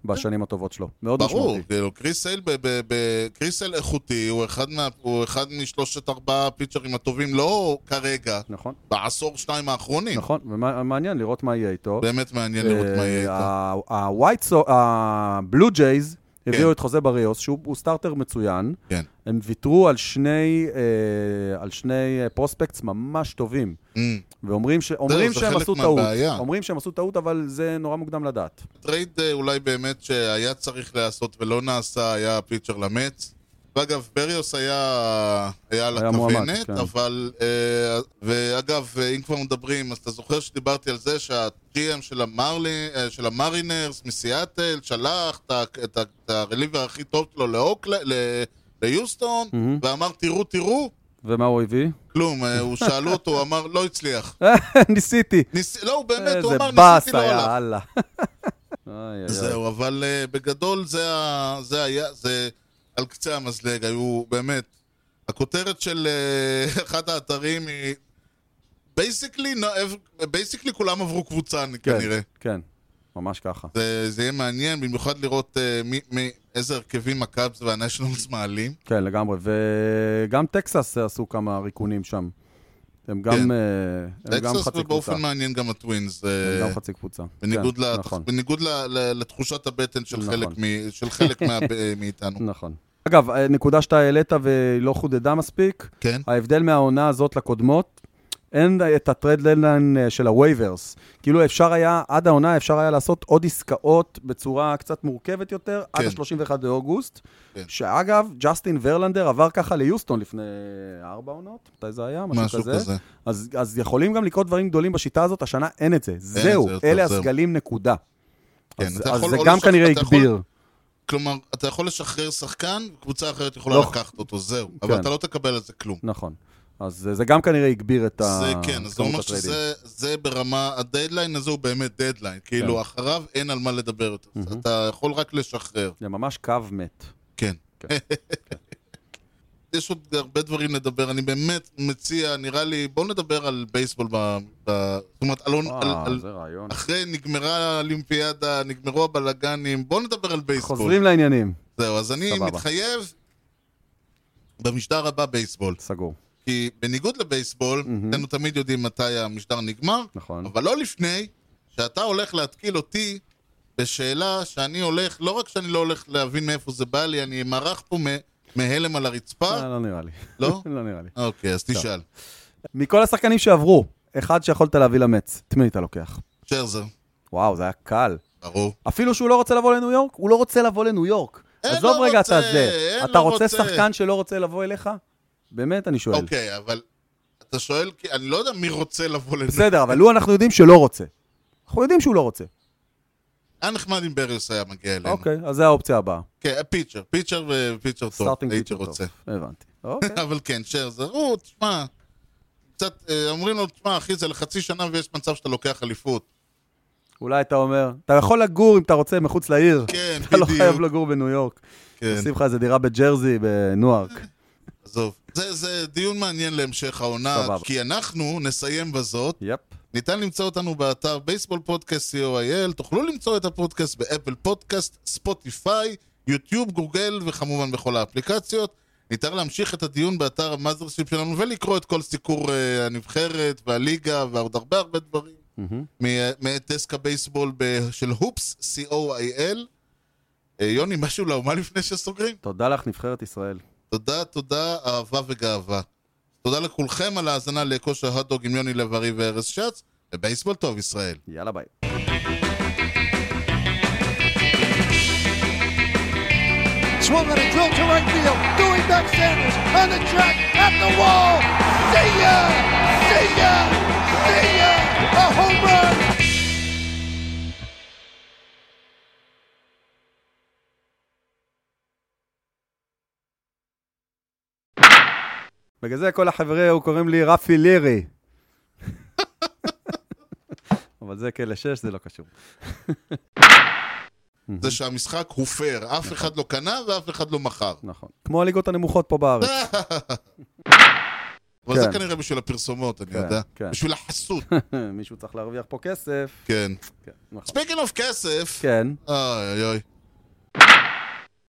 Speaker 2: בשנים הטובות שלו. מאוד
Speaker 1: ברור,
Speaker 2: משמעותי.
Speaker 1: כאילו, קריס סייל, ב- ב- ב- קריס סייל איכותי, הוא אחד, מה, הוא אחד משלושת ארבעה הפיצ'רים הטובים, לא כרגע,
Speaker 2: נכון,
Speaker 1: בעשור שניים האחרונים.
Speaker 2: נכון, ומעניין לראות מה יהיה איתו.
Speaker 1: באמת מעניין לראות מה יהיה
Speaker 2: אה,
Speaker 1: איתו.
Speaker 2: הווייט סו... הבלו ג'ייז
Speaker 1: כן.
Speaker 2: הביאו את חוזה בריאוס, שהוא הוא סטארטר מצוין.
Speaker 1: כן.
Speaker 2: הם ויתרו על שני, אה, על שני אה, פרוספקטס ממש טובים.
Speaker 1: Mm.
Speaker 2: ואומרים ש... אומרים
Speaker 1: זה
Speaker 2: שהם
Speaker 1: חלק
Speaker 2: עשו טעות.
Speaker 1: מהבעיה.
Speaker 2: אומרים שהם עשו טעות, אבל זה נורא מוקדם לדעת.
Speaker 1: טרייד אה, אולי באמת שהיה צריך להיעשות ולא נעשה, היה הפיצ'ר למץ. ואגב, בריוס היה, היה על
Speaker 2: היה מועמד,
Speaker 1: הכוונת,
Speaker 2: כן.
Speaker 1: אבל... אה, ואגב, אה, אם כבר מדברים, אז אתה זוכר שדיברתי על זה שה-GM של, המרלי, אה, של המרינרס מסיאטל שלח את ה- את ה- את הרליבר הכי טוב שלו לאוקל... ל- ליוסטון,
Speaker 2: מהמם.
Speaker 1: ואמר, תראו, תראו,
Speaker 2: ומה הוא הביא?
Speaker 1: כלום. אה, הוא שאלו אותו, הוא אמר, לא הצליח.
Speaker 2: [LAUGHS] ניסיתי.
Speaker 1: ניס... לא, הוא באמת, הוא
Speaker 2: איזה
Speaker 1: אמר,
Speaker 2: באס
Speaker 1: ניסיתי, לא הלך.
Speaker 2: היה, אללה.
Speaker 1: [LAUGHS]
Speaker 2: אוי, אוי, אוי.
Speaker 1: זהו, אבל אה, בגדול זה ה- זה היה, זה על קצה המזלג, היו באמת... הכותרת של אה, [LAUGHS] אחד האתרים היא... בייסיקלי, בייסיקלי כולם עברו קבוצה אני-
Speaker 2: כן,
Speaker 1: כנראה.
Speaker 2: כן, ממש ככה.
Speaker 1: זה, זה יהיה מעניין, במיוחד לראות אה, מי, מי, איזה הרכבים הקאבס והנשיונלס מעלים.
Speaker 2: כן, לגמרי. וגם טקסס עשו כמה ריקונים שם. הם גם,
Speaker 1: כן.
Speaker 2: אה, הם גם
Speaker 1: טקסס
Speaker 2: חצי קבוצה.
Speaker 1: ובאופן מעניין גם הטווינס.
Speaker 2: הם
Speaker 1: אה,
Speaker 2: גם חצי קבוצה.
Speaker 1: בניגוד,
Speaker 2: כן,
Speaker 1: ל-
Speaker 2: נכון,
Speaker 1: בניגוד ל- ל- לתחושת הבטן של
Speaker 2: נכון.
Speaker 1: חלק, מ- של חלק
Speaker 2: [LAUGHS]
Speaker 1: מה- מאיתנו.
Speaker 2: נכון. אגב, אה, נקודה שאתה העלית והיא לא חודדה מספיק,
Speaker 1: כן?
Speaker 2: ההבדל מהעונה הזאת לקודמות, אין את הטרד דדליין אה, של הווייברס. כאילו אפשר היה, עד העונה אפשר היה לעשות עוד עסקאות בצורה קצת מורכבת יותר, עד
Speaker 1: כן.
Speaker 2: ה-31 באוגוסט.
Speaker 1: כן.
Speaker 2: שאגב, ג'סטין ורלנדר עבר ככה ליוסטון לפני ארבע עונות, מתי זה היה? משהו,
Speaker 1: משהו כזה.
Speaker 2: אז, אז יכולים גם לקרות דברים גולים בשיטה הזאת, השנה אין את זה. זהו,
Speaker 1: זה יותר,
Speaker 2: אלה
Speaker 1: זהו.
Speaker 2: הסגלים, נקודה.
Speaker 1: כן,
Speaker 2: אז,
Speaker 1: אתה
Speaker 2: אז
Speaker 1: יכול
Speaker 2: זה
Speaker 1: או
Speaker 2: גם
Speaker 1: לשחק-
Speaker 2: כנראה
Speaker 1: אתה יכול-
Speaker 2: הגביר.
Speaker 1: כלומר, אתה יכול לשחרר שחקן, קבוצה אחרת יכולה
Speaker 2: לא.
Speaker 1: לקחת אותו, זהו. אבל אתה לא תקבל על זה כלום.
Speaker 2: נכון. אז אה, זה גם כנראה הגביר את ה...
Speaker 1: זה
Speaker 2: את
Speaker 1: כן, אז זה
Speaker 2: כמות
Speaker 1: אומר
Speaker 2: הטריידים.
Speaker 1: שזה זה ברמה, הדדליין הזה הוא באמת דדליין.
Speaker 2: כן.
Speaker 1: כאילו, אחריו אין על מה לדבר יותר. אז אתה יכול רק לשחרר,
Speaker 2: זה ממש קו מת.
Speaker 1: כן.
Speaker 2: כן.
Speaker 1: [LAUGHS] יש עוד הרבה דברים לדבר, אני באמת מציע, נראה לי, בואו נדבר על בייסבול ב... ב- זאת אומרת, אלון, על-
Speaker 2: וואו,
Speaker 1: על-
Speaker 2: זה רעיון.
Speaker 1: אחרי נגמרה האולימפיאדה, נגמרו הבלגנים, בואו נדבר על בייסבול.
Speaker 2: חוזרים לעניינים.
Speaker 1: זהו, אז אני
Speaker 2: סבבה.
Speaker 1: מתחייב במשדר הבא בייסבול.
Speaker 2: סגור,
Speaker 1: כי בניגוד לבייסבול, אנו תמיד יודעים מתי המשדר נגמר,
Speaker 2: נכון.
Speaker 1: אבל לא לפני שאתה הולך להתקיל אותי בשאלה שאני הולך, לא רק שאני לא הולך להבין מאיפה זה בא לי, אני מערך פה מ- מהלם על הרצפה,
Speaker 2: אה, לא נראה לי.
Speaker 1: לא?
Speaker 2: [LAUGHS] לא נראה לי.
Speaker 1: אוקיי, אז תשאל.
Speaker 2: מכל השחקנים שעברו, אחד שיכולת להביא למץ, את מי היית לוקח?
Speaker 1: שרזר,
Speaker 2: וואו, זה היה קל.
Speaker 1: ברור.
Speaker 2: אפילו שהוא לא רוצה לבוא לניו יורק, הוא לא רוצה לבוא לניו יורק.
Speaker 1: אין,
Speaker 2: עזוב
Speaker 1: לא
Speaker 2: רגע
Speaker 1: רוצה,
Speaker 2: את הזה.
Speaker 1: אין,
Speaker 2: אתה
Speaker 1: לא
Speaker 2: רוצה
Speaker 1: רוצה.
Speaker 2: שחקן שלא רוצה לבוא אליך? באמת, אני שואל.
Speaker 1: אוקיי, אבל אתה שואל, כי אני לא יודע מי רוצה לבוא לזה.
Speaker 2: בסדר, אבל הוא אנחנו יודעים שלא רוצה. אנחנו יודעים שהוא לא רוצה.
Speaker 1: היה נחמד אם בריוס היה מגיע אלינו.
Speaker 2: אוקיי, אז זה האופציה הבאה.
Speaker 1: כן, פיצ'ר, פיצ'ר ופיצ'ר טוב,
Speaker 2: סטארטינג
Speaker 1: הייתי
Speaker 2: פיצ'ר טוב.
Speaker 1: רוצה. [LAUGHS]
Speaker 2: הבנתי. אוקיי.
Speaker 1: אבל כן, שרזר, הוא, תשמע, קצת, אה, אומרים לו, תשמע, אחי, זה לחצי שנה ויש מצב שאתה לוקח אליפות.
Speaker 2: אולי אתה אומר, אתה יכול לגור אם אתה רוצה מחוץ לעיר.
Speaker 1: כן,
Speaker 2: [LAUGHS] אתה לא חייב
Speaker 1: בדיוק.
Speaker 2: לגור בניו יורק.
Speaker 1: כן,
Speaker 2: נשים לך איזה דירה בג'רזי, בנוארק.
Speaker 1: עזוב. זה, זה דיון מעניין להמשך העונה,
Speaker 2: סבבה.
Speaker 1: כי אנחנו נסיים בזאת.
Speaker 2: יפ.
Speaker 1: ניתן למצוא אותנו באתר בייסבול פודקאסט co.il, תוכלו למצוא את הפודקאסט באפל פודקאסט, ספוטיפיי, יוטיוב, גוגל וכמובן בכל האפליקציות. ניתן להמשיך את הדיון באתר המאזרשיפ שלנו ולקרוא את כל סיקור uh, הנבחרת והליגה ועוד הרבה הרבה דברים מ- מאת דסק הבייסבול ב- של הופס, co.il. אה, יוני, משהו לאומה לפני שסוגרים?
Speaker 2: תודה לך, נבחרת ישראל.
Speaker 1: תודה, תודה, אהבה וגאווה. תודה לכולכם על ההאזנה לכושר הדוג עם יוני לב-ארי וארז שץ, ובייסבול טוב, ישראל.
Speaker 2: יאללה ביי.
Speaker 6: Swung on a drill to right field. Doing back Sanders on the track at the wall. See ya! See ya! See ya! A home run!
Speaker 2: בגלל זה כל החבר'ה, הוא קוראים לי רפי לירי. [LAUGHS] אבל זה כלא שש, זה לא קשור.
Speaker 1: זה שהמשחק הוא פייר. אף אחד לא קנה ואף אחד לא מכר.
Speaker 2: נכון. כמו הליגות הנמוכות פה בארץ.
Speaker 1: [LAUGHS] כן, אבל זה
Speaker 2: כן.
Speaker 1: כנראה בשביל הפרסומות, אני
Speaker 2: כן,
Speaker 1: יודע.
Speaker 2: כן. [LAUGHS]
Speaker 1: בשביל החסות,
Speaker 2: מישהו צריך להרוויח פה כסף.
Speaker 1: כן.
Speaker 2: כן,
Speaker 1: [LAUGHS]
Speaker 2: נכון.
Speaker 1: ספיקינג אוף כסף,
Speaker 2: כן,
Speaker 1: אוי אוי אוי.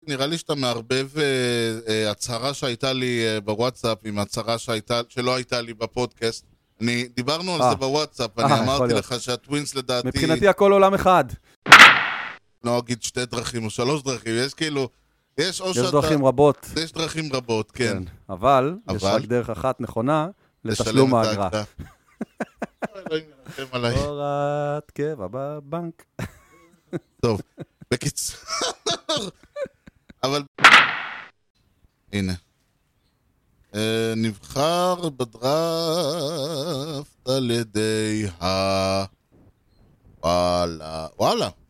Speaker 1: נראה לי שאתה מערבב אה, אה, הצהרה שהייתה לי אה, בוואטסאפ עם הצהרה שהייתה, שלא הייתה לי בפודקאסט. אני, דיברנו על
Speaker 2: אה.
Speaker 1: זה בוואטסאפ,
Speaker 2: אה,
Speaker 1: אני
Speaker 2: יכול
Speaker 1: אמרתי
Speaker 2: להיות.
Speaker 1: לך שהטווינס לדעתי,
Speaker 2: מבחינתי הכל עולם אחד.
Speaker 1: לא אגיד שתי דרכים או שלוש דרכים, יש כאילו, יש או
Speaker 2: יש
Speaker 1: שאתה,
Speaker 2: דרכים רבות.
Speaker 1: יש דרכים רבות, כן.
Speaker 2: אבל, יש
Speaker 1: אבל?
Speaker 2: רק דרך אחת נכונה
Speaker 1: לשלם
Speaker 2: לתשלום
Speaker 1: את לא
Speaker 2: האגרה. [LAUGHS]
Speaker 1: האגרה. אלוהים ירחם עליי.
Speaker 2: הוראת קבע בבנק.
Speaker 1: טוב, בקיצור, אבל... הנה. אה, נבחר בדראפט על ידי ה... וואלה. וואלה.